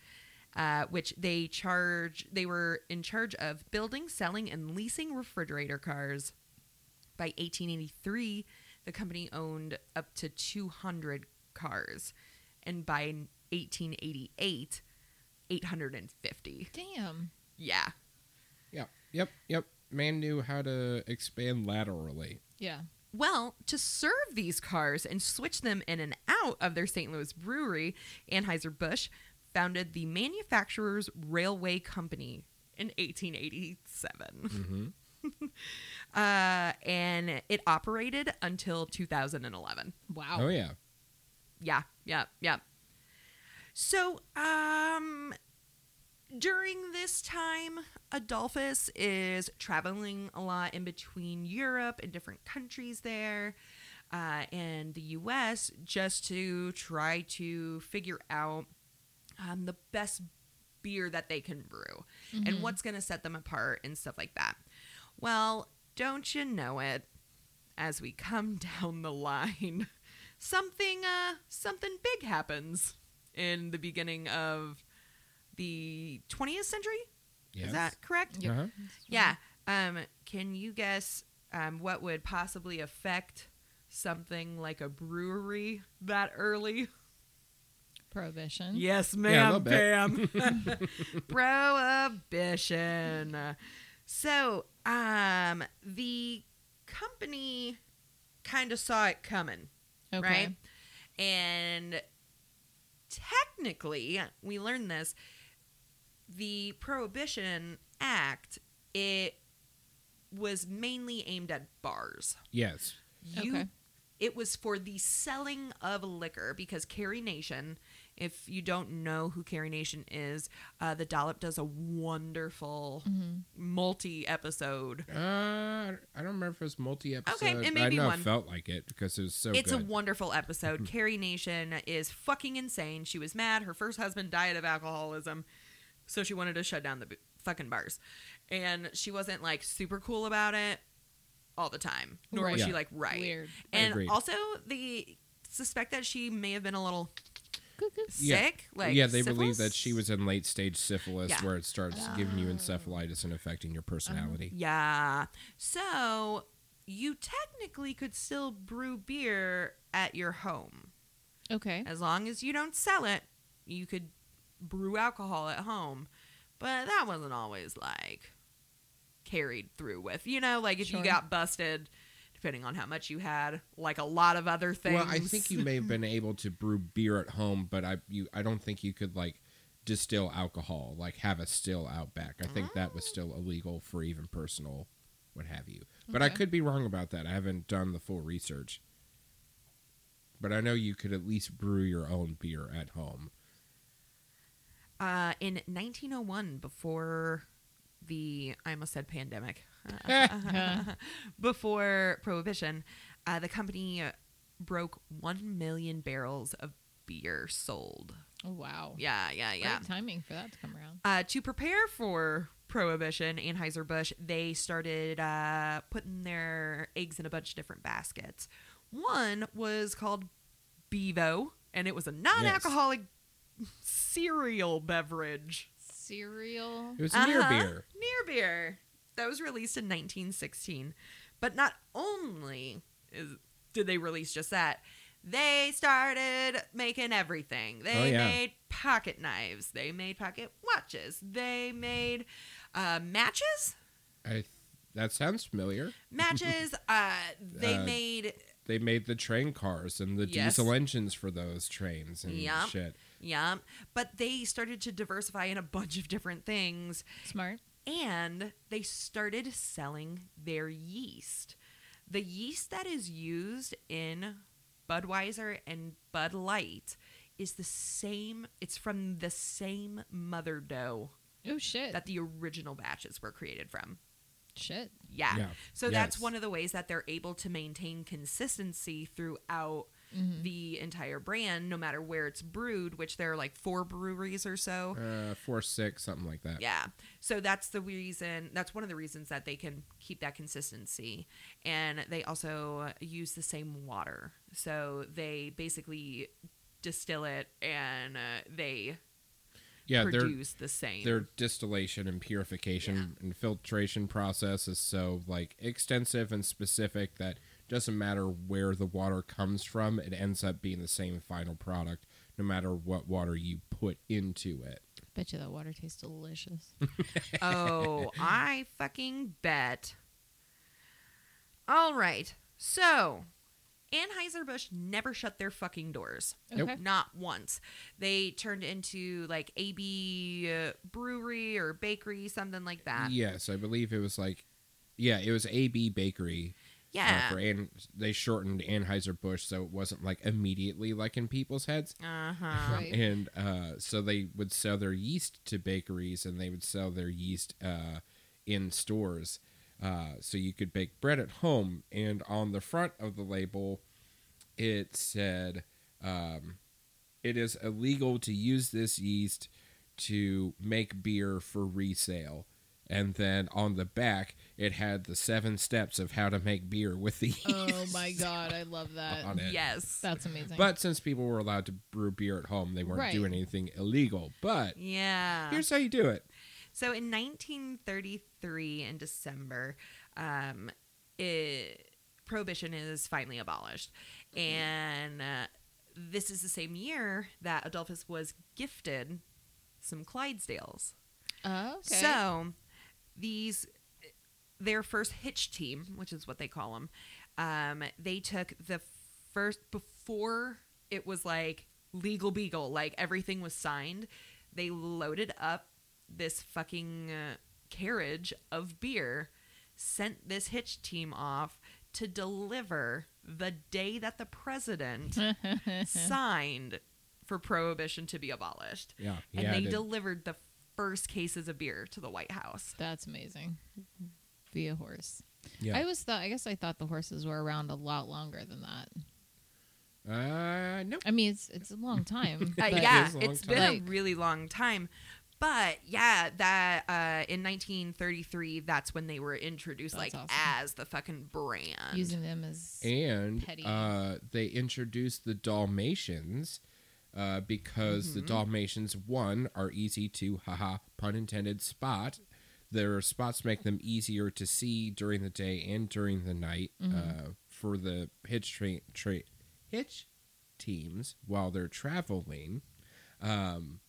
[SPEAKER 1] Uh, which they charge they were in charge of building selling and leasing refrigerator cars by 1883, the company owned up to 200 cars, and by 1888, 850.
[SPEAKER 3] Damn.
[SPEAKER 1] Yeah.
[SPEAKER 2] Yep, yep, yep. Man knew how to expand laterally.
[SPEAKER 3] Yeah.
[SPEAKER 1] Well, to serve these cars and switch them in and out of their St. Louis brewery, Anheuser-Busch founded the Manufacturers Railway Company in 1887.
[SPEAKER 2] Mm-hmm.
[SPEAKER 1] Uh, and it operated until 2011.
[SPEAKER 3] Wow.
[SPEAKER 2] Oh yeah.
[SPEAKER 1] Yeah, yeah, yeah. So, um during this time, Adolphus is traveling a lot in between Europe and different countries there uh, and the US just to try to figure out um, the best beer that they can brew and
[SPEAKER 3] Mhm.
[SPEAKER 1] what's going to set them apart and stuff like that. Well, don't you know it? As we come [LAUGHS] down the line, something uh something big happens in the beginning of the 20th century.
[SPEAKER 2] Yes.
[SPEAKER 1] Is that correct?
[SPEAKER 3] Yep.
[SPEAKER 2] Uh-huh.
[SPEAKER 1] Yeah. Um can you guess um what would possibly affect something like a brewery that early?
[SPEAKER 3] Prohibition.
[SPEAKER 1] Yes,
[SPEAKER 2] Yeah, a little
[SPEAKER 1] ma'am, Pam. [LAUGHS] Prohibition. So, um, the company kind of saw it coming,
[SPEAKER 3] Okay.
[SPEAKER 1] right? And technically, we learned this. The Prohibition Act, it was mainly aimed at bars.
[SPEAKER 2] Yes.
[SPEAKER 1] You
[SPEAKER 3] Okay.
[SPEAKER 1] it was for the selling of liquor because Carrie Nation, if you don't know who Carrie Nation is, uh, the dollop does a wonderful
[SPEAKER 3] Mhm.
[SPEAKER 1] multi episode.
[SPEAKER 2] Uh, I don't remember if it was multi-episode.
[SPEAKER 1] Okay, it may
[SPEAKER 2] I
[SPEAKER 1] be
[SPEAKER 2] know
[SPEAKER 1] one.
[SPEAKER 2] it felt like it because it was so
[SPEAKER 1] it's
[SPEAKER 2] good.
[SPEAKER 1] a wonderful
[SPEAKER 2] Mm-hmm.
[SPEAKER 1] episode. Carrie Nation is fucking insane. She was mad. Her first husband died of alcoholism, so she wanted to shut down the b- fucking bars. And she wasn't like super cool about it all the time, nor was
[SPEAKER 3] Right.
[SPEAKER 1] she
[SPEAKER 2] Yeah.
[SPEAKER 1] like right.
[SPEAKER 3] Weird.
[SPEAKER 1] And
[SPEAKER 2] Agreed.
[SPEAKER 1] also, the suspect that she may have been a little
[SPEAKER 3] Cuckoo.
[SPEAKER 2] Yeah.
[SPEAKER 1] sick. Like
[SPEAKER 2] yeah, they
[SPEAKER 1] syphilis?
[SPEAKER 2] believe that she was in late stage syphilis
[SPEAKER 1] Yeah. Um,
[SPEAKER 2] where it starts giving you
[SPEAKER 3] Oh.
[SPEAKER 2] encephalitis and affecting your personality.
[SPEAKER 1] Yeah. So you technically could still brew beer at your home
[SPEAKER 3] Okay.
[SPEAKER 1] as long as you don't sell it. You could brew alcohol at home, but that wasn't always like carried through with. You know, like if
[SPEAKER 3] Sure.
[SPEAKER 1] you got busted, depending on how much you had, like a lot of other things.
[SPEAKER 2] Well, I think you may have been able to brew beer at home, but I you I don't think you could like distill alcohol, like have a still out back. I think that was still illegal for even personal what have you. But I
[SPEAKER 3] Okay.
[SPEAKER 2] could be wrong about that. I haven't done the full research. But I know you could at least brew your own beer at home.
[SPEAKER 1] uh, in 1901 before the I almost said pandemic, [LAUGHS] before prohibition, uh, the company broke one million barrels of beer sold.
[SPEAKER 3] Oh, wow.
[SPEAKER 1] Yeah, yeah, yeah.
[SPEAKER 3] Great timing for that to come around.
[SPEAKER 1] Uh, to prepare for Prohibition, Anheuser Busch, they started uh, putting their eggs in a bunch of different baskets. One was called Bevo, and it was a non-alcoholic cereal beverage,
[SPEAKER 3] Cereal.
[SPEAKER 2] It was near
[SPEAKER 1] Uh-huh.
[SPEAKER 2] beer.
[SPEAKER 1] near beer, that was released in 1916. But not only is, did they release just that, they started making everything. They
[SPEAKER 2] Oh, yeah.
[SPEAKER 1] made pocket knives. They made pocket watches. They made uh, matches.
[SPEAKER 2] I th- that sounds familiar. [LAUGHS]
[SPEAKER 1] matches. Uh, they
[SPEAKER 2] Uh,
[SPEAKER 1] made
[SPEAKER 2] They made the train cars and the
[SPEAKER 1] Yes.
[SPEAKER 2] diesel engines for those trains and
[SPEAKER 1] Yup.
[SPEAKER 2] shit.
[SPEAKER 1] yeah, but they started to diversify in a bunch of different things,
[SPEAKER 3] Smart.
[SPEAKER 1] and they started selling their yeast. The yeast that is used in Budweiser and Bud Light is the same. It's from the same mother dough
[SPEAKER 3] Oh, shit.
[SPEAKER 1] that the original batches were created from.
[SPEAKER 3] shit.
[SPEAKER 1] Yeah.
[SPEAKER 2] Yeah.
[SPEAKER 1] So
[SPEAKER 2] Yes.
[SPEAKER 1] that's one of the ways that they're able to maintain consistency throughout
[SPEAKER 3] Mhm.
[SPEAKER 1] the entire brand, no matter where it's brewed, which there are like four breweries or so.
[SPEAKER 2] Uh, four six, something like that.
[SPEAKER 1] Yeah. So that's the reason, that's one of the reasons that they can keep that consistency. And they also use the same water. So they basically distill it and uh, they
[SPEAKER 2] yeah. They're
[SPEAKER 1] produce the same.
[SPEAKER 2] their distillation and purification and filtration process is so like extensive and specific that doesn't matter where the water comes from it ends up being the same final product no matter what water you put into it
[SPEAKER 3] Bet you that water tastes delicious.
[SPEAKER 1] [LAUGHS] oh, I fucking bet. All right. So, Anheuser-Busch never shut their fucking doors.
[SPEAKER 2] Nope.
[SPEAKER 3] [LAUGHS] Okay.
[SPEAKER 1] Not once. They turned into like AB uh, Brewery or Bakery, something like that.
[SPEAKER 2] yes i believe it was like yeah it was ab bakery uh,
[SPEAKER 1] Yeah.
[SPEAKER 2] for and they shortened anheuser-busch so it wasn't like immediately like in people's heads
[SPEAKER 1] Uh huh.
[SPEAKER 3] Right.
[SPEAKER 2] and uh, so they would sell their yeast to bakeries and they would sell their yeast uh, in stores uh, so you could bake bread at home and on the front of the label it said um, it is illegal to use this yeast to make beer for resale and then on the back it had the seven steps of how to make beer with the yeast
[SPEAKER 3] oh,
[SPEAKER 2] [LAUGHS]
[SPEAKER 3] my God. I love that.
[SPEAKER 2] on it
[SPEAKER 1] Yes.
[SPEAKER 3] That's amazing.
[SPEAKER 2] but since people were allowed to brew beer at home, they weren't
[SPEAKER 3] Right.
[SPEAKER 2] doing anything illegal. But
[SPEAKER 1] yeah.
[SPEAKER 2] here's how you do it.
[SPEAKER 1] So in 1933, in December, um, it, prohibition is finally abolished, and uh, this is the same year that Adolphus was gifted some Clydesdales.
[SPEAKER 3] oh, okay.
[SPEAKER 1] So these their first hitch team, which is what they call them, um, they took the first before it was like legal beagle, like everything was signed. They loaded up this fucking uh, carriage of beer, sent this hitch team off to deliver the day that the president signed for prohibition to be abolished
[SPEAKER 2] Yeah,
[SPEAKER 1] and
[SPEAKER 2] yeah.
[SPEAKER 1] they
[SPEAKER 2] it-
[SPEAKER 1] delivered the first cases of beer to the White
[SPEAKER 2] [LAUGHS]
[SPEAKER 1] House.
[SPEAKER 3] That's amazing. Be a horse.
[SPEAKER 2] yeah.
[SPEAKER 3] I always thought. I guess I thought the horses were around a lot longer than that.
[SPEAKER 2] uh, no.
[SPEAKER 3] I mean, it's it's a
[SPEAKER 2] [LAUGHS]
[SPEAKER 3] long time.
[SPEAKER 1] Uh,
[SPEAKER 3] but-
[SPEAKER 1] yeah,
[SPEAKER 2] is a long
[SPEAKER 1] it's
[SPEAKER 2] time.
[SPEAKER 1] been
[SPEAKER 3] Like-
[SPEAKER 1] a really long time. But yeah, that uh, in 1933, that's when they were introduced, like
[SPEAKER 3] That's awesome.
[SPEAKER 1] as the fucking brand.
[SPEAKER 3] using them as
[SPEAKER 2] And
[SPEAKER 3] Petty.
[SPEAKER 2] uh, they introduced the Dalmatians uh, because the Dalmatians one are easy to, haha, pun intended, spot. Their spots make them easier to see during the day and during the night uh, for the hitch train tra- hitch teams while they're traveling. Um,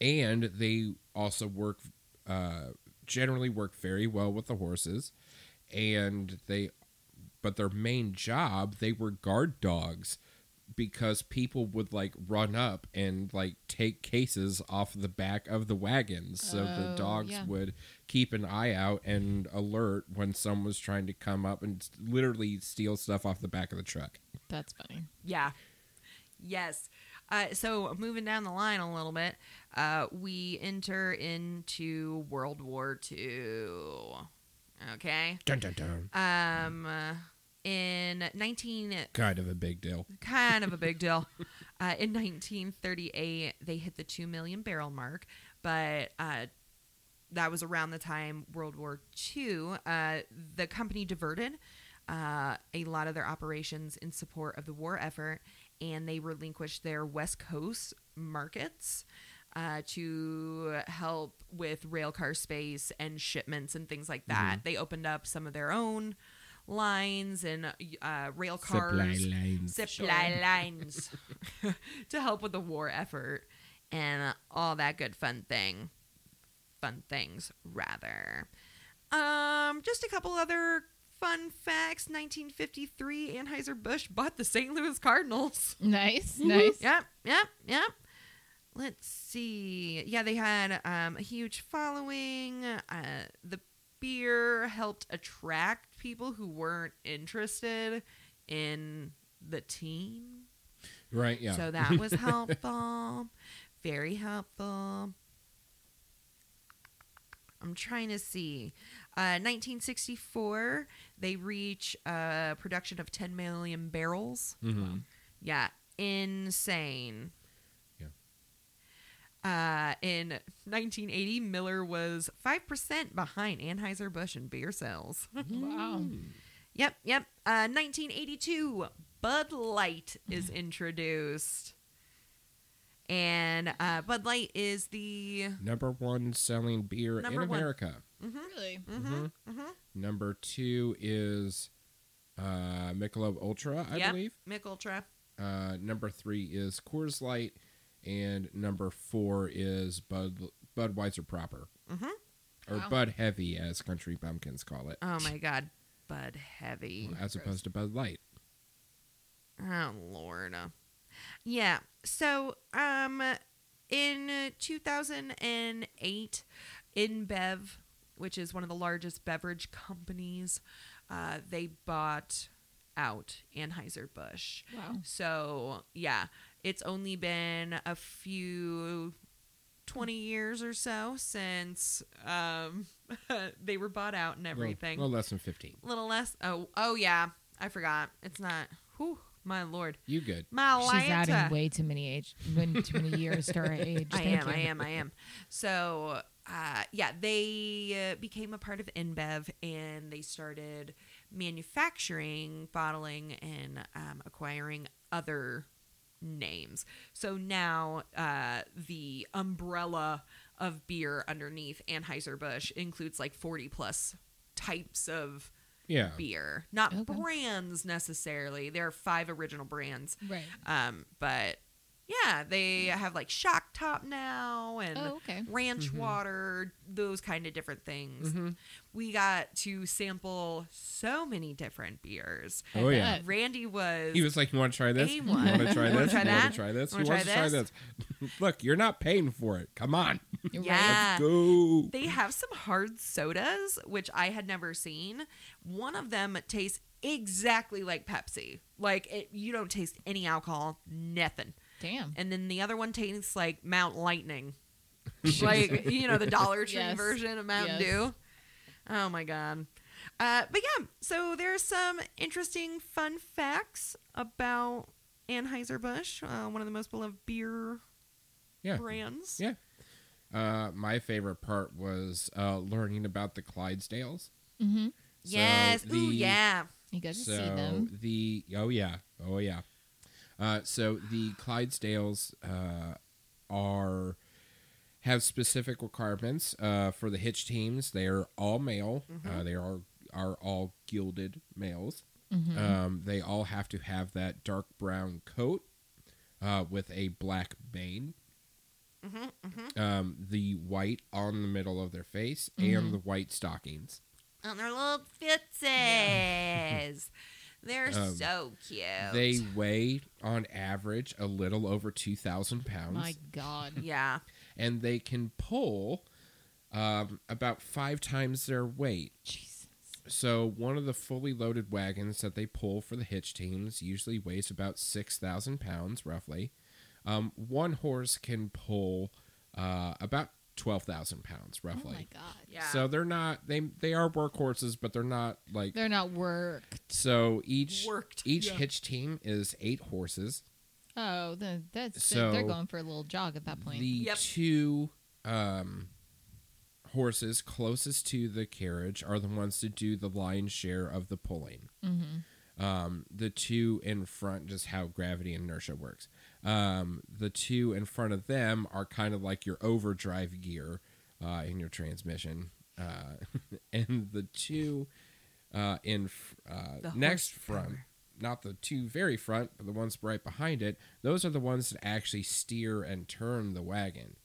[SPEAKER 2] and they also work uh, generally work very well with the horses and they but their main job they were guard dogs because people would like run up and like take cases off the back of the wagons so the
[SPEAKER 3] Oh,
[SPEAKER 2] dogs
[SPEAKER 3] yeah.
[SPEAKER 2] would keep an eye out and alert when someone was trying to come up and literally steal stuff off the back of the truck
[SPEAKER 3] that's funny.
[SPEAKER 1] Yeah. Yes. Uh, so moving down the line a little bit, uh, we enter into World War II. Okay.
[SPEAKER 2] Dun, dun, dun.
[SPEAKER 1] Um, in 19,
[SPEAKER 2] Kind of a big deal.
[SPEAKER 1] kind of a big deal. [LAUGHS] Uh, in 1938, they hit the two million barrel mark, but uh, that was around the time World War II. Uh, the company diverted uh, a lot of their operations in support of the war effort, and they relinquished their West Coast markets. Uh, to help with rail car space and shipments and things like that, they opened up some of their own lines and uh, rail
[SPEAKER 2] Supply
[SPEAKER 1] cars
[SPEAKER 2] lines.
[SPEAKER 1] supply
[SPEAKER 3] Sure.
[SPEAKER 1] lines [LAUGHS] to help with the war effort and all that good fun thing fun things rather um just a couple other fun facts 1953 anheuser-busch bought the st louis cardinals
[SPEAKER 3] Nice, nice.
[SPEAKER 1] Yep, yep, yep. Let's see. Yeah, they had um, a huge following. Uh, the beer helped attract people who weren't interested in the team.
[SPEAKER 2] Right, yeah.
[SPEAKER 1] So that was helpful. Very helpful. I'm trying to see. Uh, 1964, they reach a production of 10 million barrels.
[SPEAKER 2] Mhm.
[SPEAKER 1] Yeah, insane.
[SPEAKER 2] Yeah.
[SPEAKER 1] Uh, in 1980, Miller was 5% behind Anheuser-Busch in beer sales.
[SPEAKER 3] [LAUGHS]
[SPEAKER 1] [LAUGHS]
[SPEAKER 3] Wow.
[SPEAKER 2] Mm.
[SPEAKER 1] yep, yep. Uh, 1982, Bud Light is introduced. And uh, Bud Light is the.
[SPEAKER 2] Number one selling beer
[SPEAKER 1] Number
[SPEAKER 2] in
[SPEAKER 1] one.
[SPEAKER 2] America.
[SPEAKER 3] Really?
[SPEAKER 1] Mhm.
[SPEAKER 2] Number two is uh, Michelob Ultra, I
[SPEAKER 1] Yep,
[SPEAKER 2] believe.
[SPEAKER 1] Mick Ultra.
[SPEAKER 2] Uh, number three is Coors Light, and number four is Bud Budweiser proper,
[SPEAKER 1] Mhm.
[SPEAKER 2] or
[SPEAKER 3] Wow.
[SPEAKER 2] Bud Heavy, as country bumpkins call it,
[SPEAKER 1] Oh my God. Bud Heavy.
[SPEAKER 2] [LAUGHS] as
[SPEAKER 3] gross.
[SPEAKER 2] opposed to Bud Light.
[SPEAKER 1] Oh Lord. Yeah. So um in 2008 InBev, which is one of the largest beverage companies, uh, they bought out Anheuser-Busch.
[SPEAKER 3] Wow.
[SPEAKER 1] So, yeah, it's only been a few 20 years or so since um, [LAUGHS] they were bought out and
[SPEAKER 2] Well,
[SPEAKER 1] everything
[SPEAKER 2] well, less than fifteen.
[SPEAKER 1] little less. Oh, oh yeah, I forgot. It's not. Whew, my lord,
[SPEAKER 2] You good?
[SPEAKER 1] my
[SPEAKER 3] She's adding
[SPEAKER 1] Atlanta.
[SPEAKER 3] way too many age, when too many years to our age.
[SPEAKER 1] I
[SPEAKER 3] Thank
[SPEAKER 1] am,
[SPEAKER 3] you.
[SPEAKER 1] I am, I am. So, uh, yeah, they uh, became a part of InBev and they started manufacturing, bottling, and um, acquiring other names. So now uh, the umbrella of beer underneath Anheuser-Busch includes like 40 plus types of
[SPEAKER 2] Yeah.
[SPEAKER 1] beer, not
[SPEAKER 3] Oh. Okay.
[SPEAKER 1] brands necessarily. There are five original brands,
[SPEAKER 3] Right.
[SPEAKER 1] um, but yeah, they have like Shock Top now and
[SPEAKER 3] Oh, okay.
[SPEAKER 1] Ranch
[SPEAKER 2] Mhm.
[SPEAKER 1] Water, those kind of different things.
[SPEAKER 2] Mhm.
[SPEAKER 1] We got to sample so many different beers.
[SPEAKER 2] Oh
[SPEAKER 3] I
[SPEAKER 2] yeah.
[SPEAKER 3] bet.
[SPEAKER 1] Randy was,
[SPEAKER 2] He was like, "You want to try this? You
[SPEAKER 1] A1.
[SPEAKER 2] want to try
[SPEAKER 1] [LAUGHS] You wanna
[SPEAKER 2] this?
[SPEAKER 1] try
[SPEAKER 2] You want
[SPEAKER 1] that?
[SPEAKER 2] to try this?
[SPEAKER 1] You
[SPEAKER 2] You
[SPEAKER 1] wanna
[SPEAKER 2] want to
[SPEAKER 1] try
[SPEAKER 2] try this? [LAUGHS] Look, you're not paying for it. Come on,
[SPEAKER 1] [LAUGHS]
[SPEAKER 3] You're
[SPEAKER 1] Yeah.
[SPEAKER 2] let's go."
[SPEAKER 1] they have some hard sodas which I had never seen. One of them tastes exactly like Pepsi. Like it, you don't taste any alcohol, nothing. [LAUGHS]
[SPEAKER 3] Damn.
[SPEAKER 1] and then the other one tastes like Mount Lightning,
[SPEAKER 2] [LAUGHS]
[SPEAKER 1] like you know the Dollar Tree
[SPEAKER 3] Yes.
[SPEAKER 1] version of Mountain
[SPEAKER 3] Yes.
[SPEAKER 1] Dew. Oh my god! Uh, but yeah, so there's some interesting fun facts about Anheuser Busch, uh, one of the most beloved beer
[SPEAKER 2] yeah.
[SPEAKER 1] brands.
[SPEAKER 2] Yeah. Uh, my favorite part was uh, learning about the Clydesdales.
[SPEAKER 3] Mm-hmm.
[SPEAKER 2] So
[SPEAKER 1] Yes. Ooh,
[SPEAKER 2] the-
[SPEAKER 1] yeah.
[SPEAKER 3] You got to
[SPEAKER 2] so
[SPEAKER 3] see them.
[SPEAKER 2] the oh yeah oh yeah uh, so the clydesdales uh, are have specific requirements uh, for the hitch teams they are all male
[SPEAKER 3] Mm-hmm.
[SPEAKER 2] uh, they are are all gilded males
[SPEAKER 3] Mhm.
[SPEAKER 1] uh,
[SPEAKER 2] um, they all have to have that dark brown coat uh, with a black mane
[SPEAKER 1] hmm hmm
[SPEAKER 2] um, the white on the middle of their face
[SPEAKER 3] Mhm.
[SPEAKER 2] and the white stockings
[SPEAKER 1] And their little fitsies. [LAUGHS] They're
[SPEAKER 2] Um,
[SPEAKER 1] so cute.
[SPEAKER 2] They weigh on average a little over 2,000 pounds
[SPEAKER 3] My God.
[SPEAKER 1] yeah.
[SPEAKER 2] and they can pull um, about five times their weight.
[SPEAKER 3] Jesus.
[SPEAKER 2] So, one of the fully loaded wagons that they pull for the hitch teams usually weighs about 6,000 pounds roughly. Um, one horse can pull uh, about twelve thousand pounds,
[SPEAKER 3] Oh
[SPEAKER 2] roughly.
[SPEAKER 3] my god.
[SPEAKER 1] Yeah.
[SPEAKER 2] So they're not they they are workhorses, but they're not like
[SPEAKER 3] They're not worked.
[SPEAKER 2] so each
[SPEAKER 1] Worked,
[SPEAKER 2] each
[SPEAKER 1] yeah.
[SPEAKER 2] hitch team is eight horses.
[SPEAKER 3] Oh, then that's they're- they're
[SPEAKER 2] So,
[SPEAKER 3] going for a little jog at that point.
[SPEAKER 2] The
[SPEAKER 1] Yep.
[SPEAKER 2] two um, horses closest to the carriage are the ones to do the lion's share of the pulling.
[SPEAKER 3] Mhm.
[SPEAKER 1] Mm-hmm.
[SPEAKER 2] Um, the two in front, just how gravity and inertia works. Um, the two in front of them are kind of like your overdrive gear uh, in your transmission, uh, [LAUGHS] and the two uh, in f- uh,
[SPEAKER 1] The
[SPEAKER 2] next
[SPEAKER 1] horsepower.
[SPEAKER 2] front, not the two very front, but the ones right behind it. Those are the ones that actually steer and turn the wagon,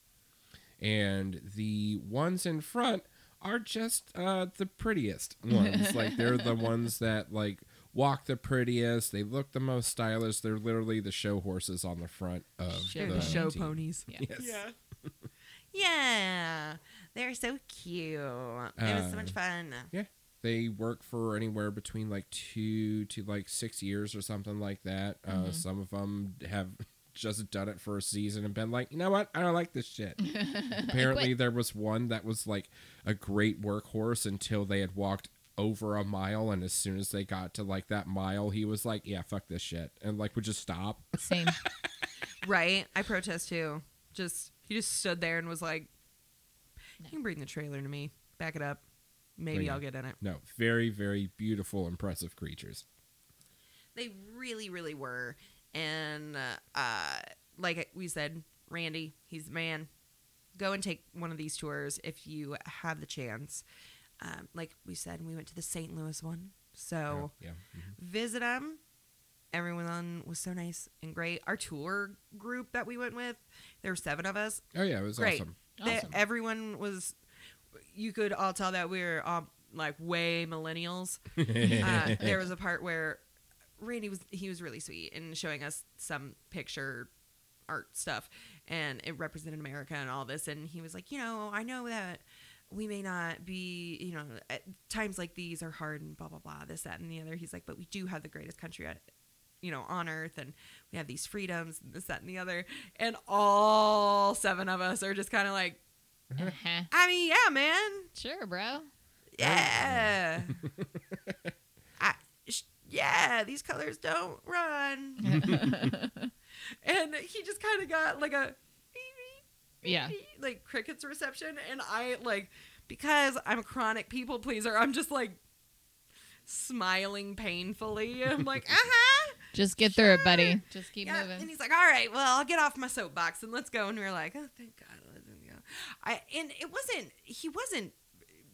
[SPEAKER 2] and the ones in front are just uh, the prettiest ones. like they're the ones that like walk the prettiest. They look the most stylish. They're literally the show horses on the front of
[SPEAKER 3] They're
[SPEAKER 1] They're the
[SPEAKER 2] the,
[SPEAKER 1] show
[SPEAKER 2] team.
[SPEAKER 1] ponies.
[SPEAKER 3] Yeah.
[SPEAKER 2] Yes.
[SPEAKER 1] [LAUGHS] Yeah. They're so cute. it was so much
[SPEAKER 2] Uh,
[SPEAKER 1] fun.
[SPEAKER 2] They work for anywhere between like two to like six years or something like that. Uh,
[SPEAKER 1] Mm-hmm.
[SPEAKER 3] Mhm.
[SPEAKER 2] some of them have [LAUGHS] just done it for a season and been like, you know what? I don't like
[SPEAKER 1] [LAUGHS]
[SPEAKER 2] this shit. Apparently, there was one that was like a great workhorse until they had walked over a mile, and as soon as they got to like that mile, he was like, yeah, fuck this shit, and like would just stop.
[SPEAKER 3] [LAUGHS] Same.
[SPEAKER 1] Right? I protest too. Just he just stood there and was like,
[SPEAKER 3] No.
[SPEAKER 1] "You can bring the trailer to me. Back it up. Maybe
[SPEAKER 2] Bring it.
[SPEAKER 1] I'll get in it."
[SPEAKER 2] No, very, very beautiful, impressive creatures.
[SPEAKER 1] They really, really were. And uh, like we said, Randy, he's the man. Go and take one of these tours if you have the chance. Um, like we said, we went to the St. Louis one, so
[SPEAKER 2] yeah. yeah. mm-hmm.
[SPEAKER 1] visit them. Everyone was so nice and great. Our tour group that we went with, there were seven of us.
[SPEAKER 2] Oh yeah, it was
[SPEAKER 1] Great.
[SPEAKER 2] awesome.
[SPEAKER 1] [LAUGHS]
[SPEAKER 2] [LAUGHS]
[SPEAKER 1] They- [LAUGHS]
[SPEAKER 3] Awesome.
[SPEAKER 1] everyone was, you could all tell that we were um, like way millennials. Uh, there was a part where Randy was he was really sweet and showing us some picture art stuff, and it represented America and all this. And he was like, you know, I know that we may not be, you know, at times like these are hard and blah blah blah, this that and the other. He's like, but we do have the greatest country. At, you know, on earth, and we have these freedoms, and this, that, and the other. And all seven of us are just kind of like,
[SPEAKER 3] Uh-huh.
[SPEAKER 1] I mean, yeah, man.
[SPEAKER 3] Sure, bro.
[SPEAKER 1] Yeah. I, sh- yeah, these colors don't run.
[SPEAKER 3] [LAUGHS]
[SPEAKER 1] and he just kind of got like a
[SPEAKER 3] yeah.
[SPEAKER 1] like crickets reception and I like because I'm a chronic people pleaser, I'm just like smiling painfully. I'm like, "Uh-huh."
[SPEAKER 3] Just get through it, buddy.
[SPEAKER 1] Sure.
[SPEAKER 3] Just keep
[SPEAKER 1] Yeah. And
[SPEAKER 3] moving.
[SPEAKER 1] he's like, "All right, well, I'll get off my soapbox and let's go." And we were like, "Oh, thank God." let's go." I and it wasn't he wasn't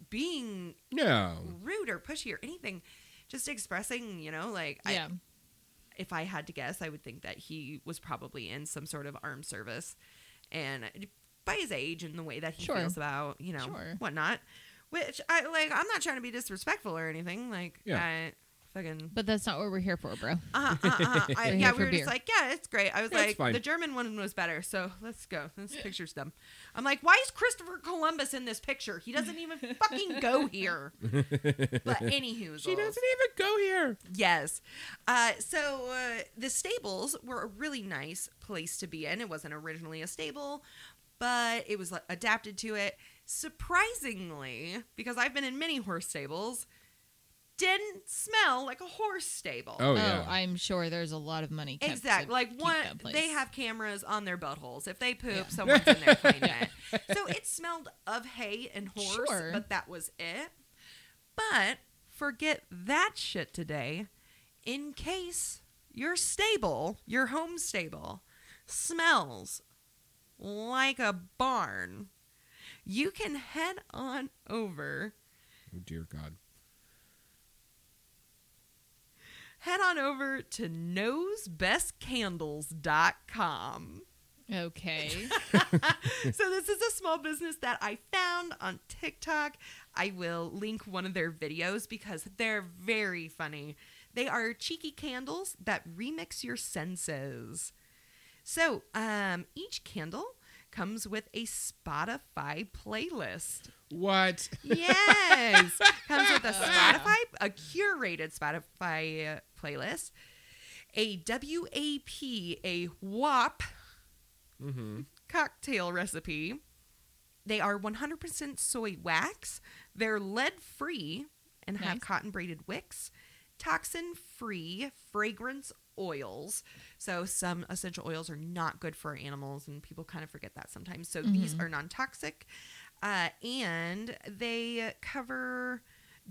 [SPEAKER 1] being
[SPEAKER 2] no.
[SPEAKER 3] Mm.
[SPEAKER 1] rude or pushy or anything. Just expressing, you know, like
[SPEAKER 3] Yeah.
[SPEAKER 1] I, if I had to guess, I would think that he was probably in some sort of armed service, and by his age and the way that he
[SPEAKER 3] Sure.
[SPEAKER 1] feels about, you know,
[SPEAKER 3] Sure.
[SPEAKER 1] whatnot. Which I like. I'm not trying to be disrespectful or anything. Like,
[SPEAKER 2] Yeah.
[SPEAKER 1] I fucking.
[SPEAKER 3] But that's not what we're here for, bro.
[SPEAKER 1] Uh, uh, uh, I,
[SPEAKER 3] [LAUGHS] We're here
[SPEAKER 1] yeah,
[SPEAKER 3] for
[SPEAKER 1] we were
[SPEAKER 3] beer.
[SPEAKER 1] just like, yeah, it's great. I was
[SPEAKER 2] Yeah, it's
[SPEAKER 1] like,
[SPEAKER 2] fine.
[SPEAKER 1] the German one was better, so let's go. This picture's dumb. I'm like, why is Christopher Columbus in this picture? He doesn't even fucking go here.
[SPEAKER 3] [LAUGHS]
[SPEAKER 1] But anywho,
[SPEAKER 2] She doesn't even go here.
[SPEAKER 1] Yes. Uh, so uh, the stables were a really nice place to be in. It wasn't originally a stable, but it was like, adapted to it. Surprisingly, because I've been in many horse stables, didn't smell like a horse stable.
[SPEAKER 2] Oh, yeah.
[SPEAKER 3] I'm sure there's a lot of money. Kept
[SPEAKER 1] Exactly.
[SPEAKER 3] To
[SPEAKER 1] Like
[SPEAKER 3] keep
[SPEAKER 1] one,
[SPEAKER 3] that place.
[SPEAKER 1] they have cameras on their buttholes. If they poop,
[SPEAKER 3] Yeah.
[SPEAKER 1] someone's in there cleaning
[SPEAKER 3] [LAUGHS]
[SPEAKER 1] it. So it smelled of hay and horse,
[SPEAKER 3] Sure.
[SPEAKER 1] but that was it. But forget that shit today. In case your stable, your home stable, smells like a barn, you can head on over
[SPEAKER 2] Oh, dear God.
[SPEAKER 1] head on over to nosebestcandles.com.
[SPEAKER 3] Okay.
[SPEAKER 1] [LAUGHS] so this is a small business that I found on TikTok. I will link one of their videos because they're very funny. They are cheeky candles that remix your senses. So um, each candle comes with a Spotify playlist.
[SPEAKER 2] What?
[SPEAKER 1] Yes, comes with a
[SPEAKER 3] Wow.
[SPEAKER 1] Spotify, a curated Spotify uh, playlist, a WAP, a WAP [LAUGHS]
[SPEAKER 2] Mm-hmm.
[SPEAKER 1] cocktail recipe. They are 100% soy wax. They're lead free and have
[SPEAKER 3] Nice.
[SPEAKER 1] cotton braided wicks, toxin free fragrance oils. So, some essential oils are not good for animals, and people kind of forget that sometimes. So, these
[SPEAKER 3] Mhm.
[SPEAKER 1] are non toxic uh, and they cover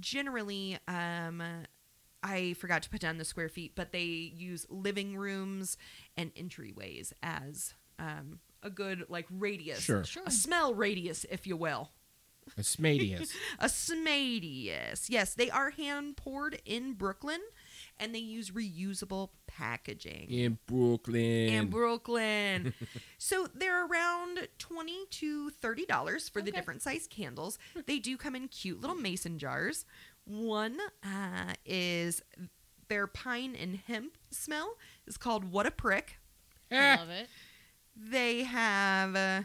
[SPEAKER 1] generally. Um, I forgot to put down the square feet, but they use living rooms and entryways as um, a good like radius,
[SPEAKER 2] Sure.
[SPEAKER 3] Sure.
[SPEAKER 1] a smell radius, if you will,
[SPEAKER 2] Asmadius.
[SPEAKER 1] a smadius. Yes, they are hand poured in Brooklyn, and they use reusable packaging
[SPEAKER 2] in Brooklyn.
[SPEAKER 1] in Brooklyn. so they're around twenty to thirty dollars for the
[SPEAKER 3] Okay.
[SPEAKER 1] different size candles. They do come in cute little mason jars. One uh, is their pine and hemp smell is called "What a Prick."
[SPEAKER 3] I
[SPEAKER 1] [LAUGHS]
[SPEAKER 2] Ah,
[SPEAKER 3] love it.
[SPEAKER 1] They have uh,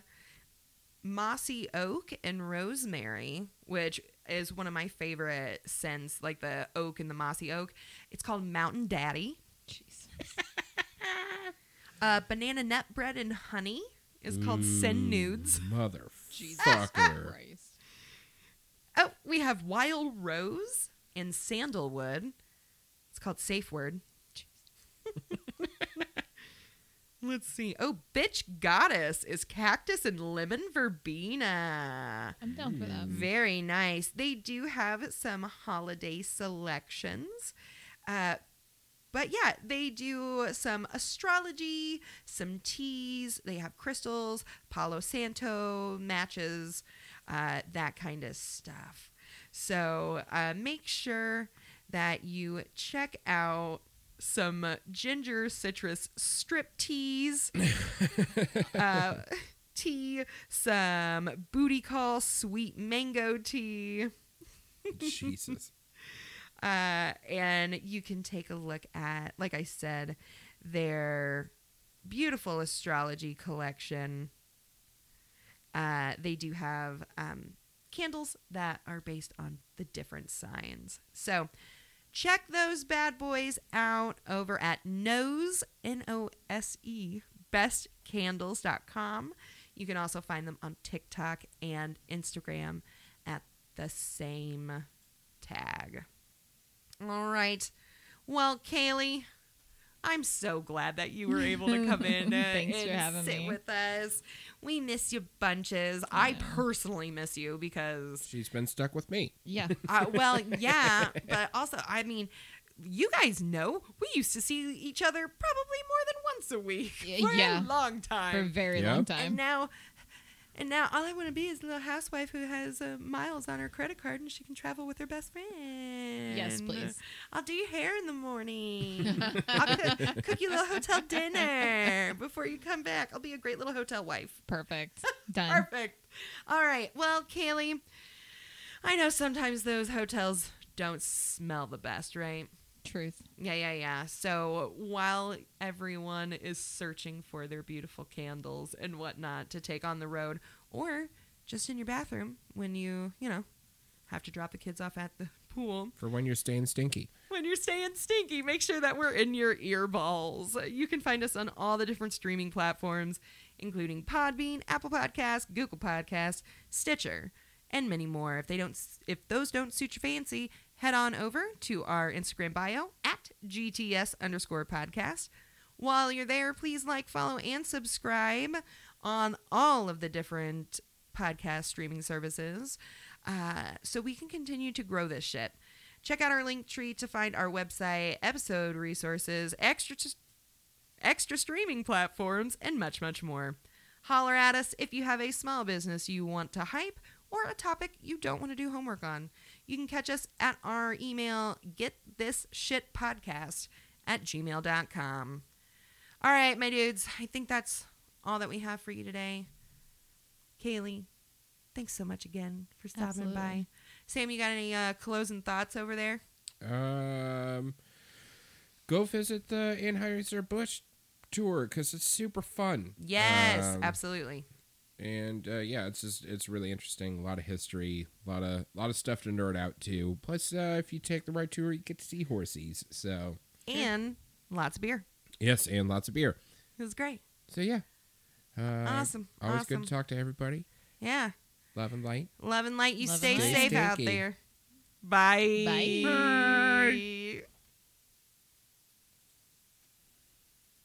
[SPEAKER 1] mossy oak and rosemary, which is one of my favorite scents, like the oak and the mossy oak. It's called Mountain Daddy.
[SPEAKER 3] Jeez.
[SPEAKER 1] Uh, banana nut bread and honey is called Send
[SPEAKER 2] ooh,
[SPEAKER 1] Nudes.
[SPEAKER 3] Jesus
[SPEAKER 2] Motherfucker.
[SPEAKER 3] Christ.
[SPEAKER 1] Oh, we have Wild Rose and Sandalwood. It's called Safe Word. [LAUGHS] Let's see. Oh, Bitch Goddess is Cactus and Lemon Verbena.
[SPEAKER 3] I'm down for that.
[SPEAKER 1] Very nice. They do have some holiday selections. Uh, but yeah, they do some astrology, some teas. They have crystals, Palo Santo matches, uh, that kind of stuff. So uh, make sure that you check out some ginger citrus strip teas uh, tea, some booty call sweet mango tea,
[SPEAKER 2] Jesus.
[SPEAKER 1] uh, and you can take a look at, like I said, their beautiful astrology collection. Uh, they do have um, candles that are based on the different signs. So check those bad boys out over at Nose, N O S E, bestcandles.com. You can also find them on TikTok and Instagram at the same tag. All right. Well, Kaylee, I'm so glad that you were able to come in uh,
[SPEAKER 3] [LAUGHS] Thanks
[SPEAKER 1] and
[SPEAKER 3] for having
[SPEAKER 1] sit
[SPEAKER 3] me.
[SPEAKER 1] with us. We miss you bunches. I
[SPEAKER 3] know.
[SPEAKER 1] personally miss you
[SPEAKER 3] [LAUGHS]
[SPEAKER 1] because,
[SPEAKER 2] She's been stuck with me.
[SPEAKER 3] Yeah.
[SPEAKER 1] uh, well, yeah, but also, I mean, you guys know we used to see each other probably more than once a week
[SPEAKER 3] Y-
[SPEAKER 1] [LAUGHS] for
[SPEAKER 3] yeah.
[SPEAKER 1] a long
[SPEAKER 3] For a
[SPEAKER 1] time.
[SPEAKER 3] very
[SPEAKER 2] Yeah.
[SPEAKER 3] long
[SPEAKER 1] and
[SPEAKER 3] time.
[SPEAKER 1] now, and now, all I want to be is a little housewife who has uh, miles on her credit card and she can travel with her best friend. [LAUGHS]
[SPEAKER 3] Yes, please.
[SPEAKER 1] I'll do your hair in the
[SPEAKER 3] [LAUGHS]
[SPEAKER 1] morning. I'll cook, cook you a little hotel dinner before you come back. I'll be a great little hotel wife.
[SPEAKER 3] Perfect. Done.
[SPEAKER 1] Perfect. All right. Well, Kaylee, I know sometimes those hotels don't smell the best, right?
[SPEAKER 3] Truth.
[SPEAKER 1] Yeah, yeah, yeah. So while everyone is searching for their beautiful candles and whatnot to take on the road or just in your bathroom when you, you know, have to drop the kids off at the pool,
[SPEAKER 2] For when you're staying stinky.
[SPEAKER 1] when you're staying stinky, make sure that we're in your earballs. You can find us on all the different streaming platforms, including Podbean, Apple Podcasts, Google Podcasts, Stitcher, and many more. If they don't, if those don't suit your fancy, head on over to our Instagram bio at GTS underscore podcast. While you're there, please like, follow, and subscribe on all of the different podcast streaming services uh, so we can continue to grow this shit. Check out our link tree to find our website, episode resources, extra extra streaming platforms, and much, much more. Holler at us if you have a small business you want to hype or a topic you don't want to do homework on. You can catch us at our email, getthisshitpodcast at gmail.com. All right, my dudes, I think that's all that we have for you today. Kaylee, thanks so much again for stopping
[SPEAKER 3] Absolutely.
[SPEAKER 1] by. Sam, you got any uh, closing thoughts over there?
[SPEAKER 2] Um, go visit the Anheuser-Busch tour because it's super fun.
[SPEAKER 1] Yes,
[SPEAKER 2] Um,
[SPEAKER 1] absolutely.
[SPEAKER 2] and uh, yeah, it's just it's really interesting. A lot of history, a lot of lot of stuff to nerd out to. Plus, uh, if you take the right tour, you get to see horses. So
[SPEAKER 1] And lots of beer.
[SPEAKER 2] yes, and lots of beer.
[SPEAKER 1] It was great.
[SPEAKER 2] So yeah, Uh,
[SPEAKER 1] Awesome.
[SPEAKER 2] Always
[SPEAKER 1] awesome.
[SPEAKER 2] good to talk to everybody.
[SPEAKER 1] Yeah.
[SPEAKER 2] Love and light.
[SPEAKER 1] Love and light. You
[SPEAKER 3] Love and
[SPEAKER 1] stay
[SPEAKER 3] light.
[SPEAKER 1] safe
[SPEAKER 2] Stay
[SPEAKER 1] out
[SPEAKER 2] stinky.
[SPEAKER 1] there. Bye.
[SPEAKER 3] Bye.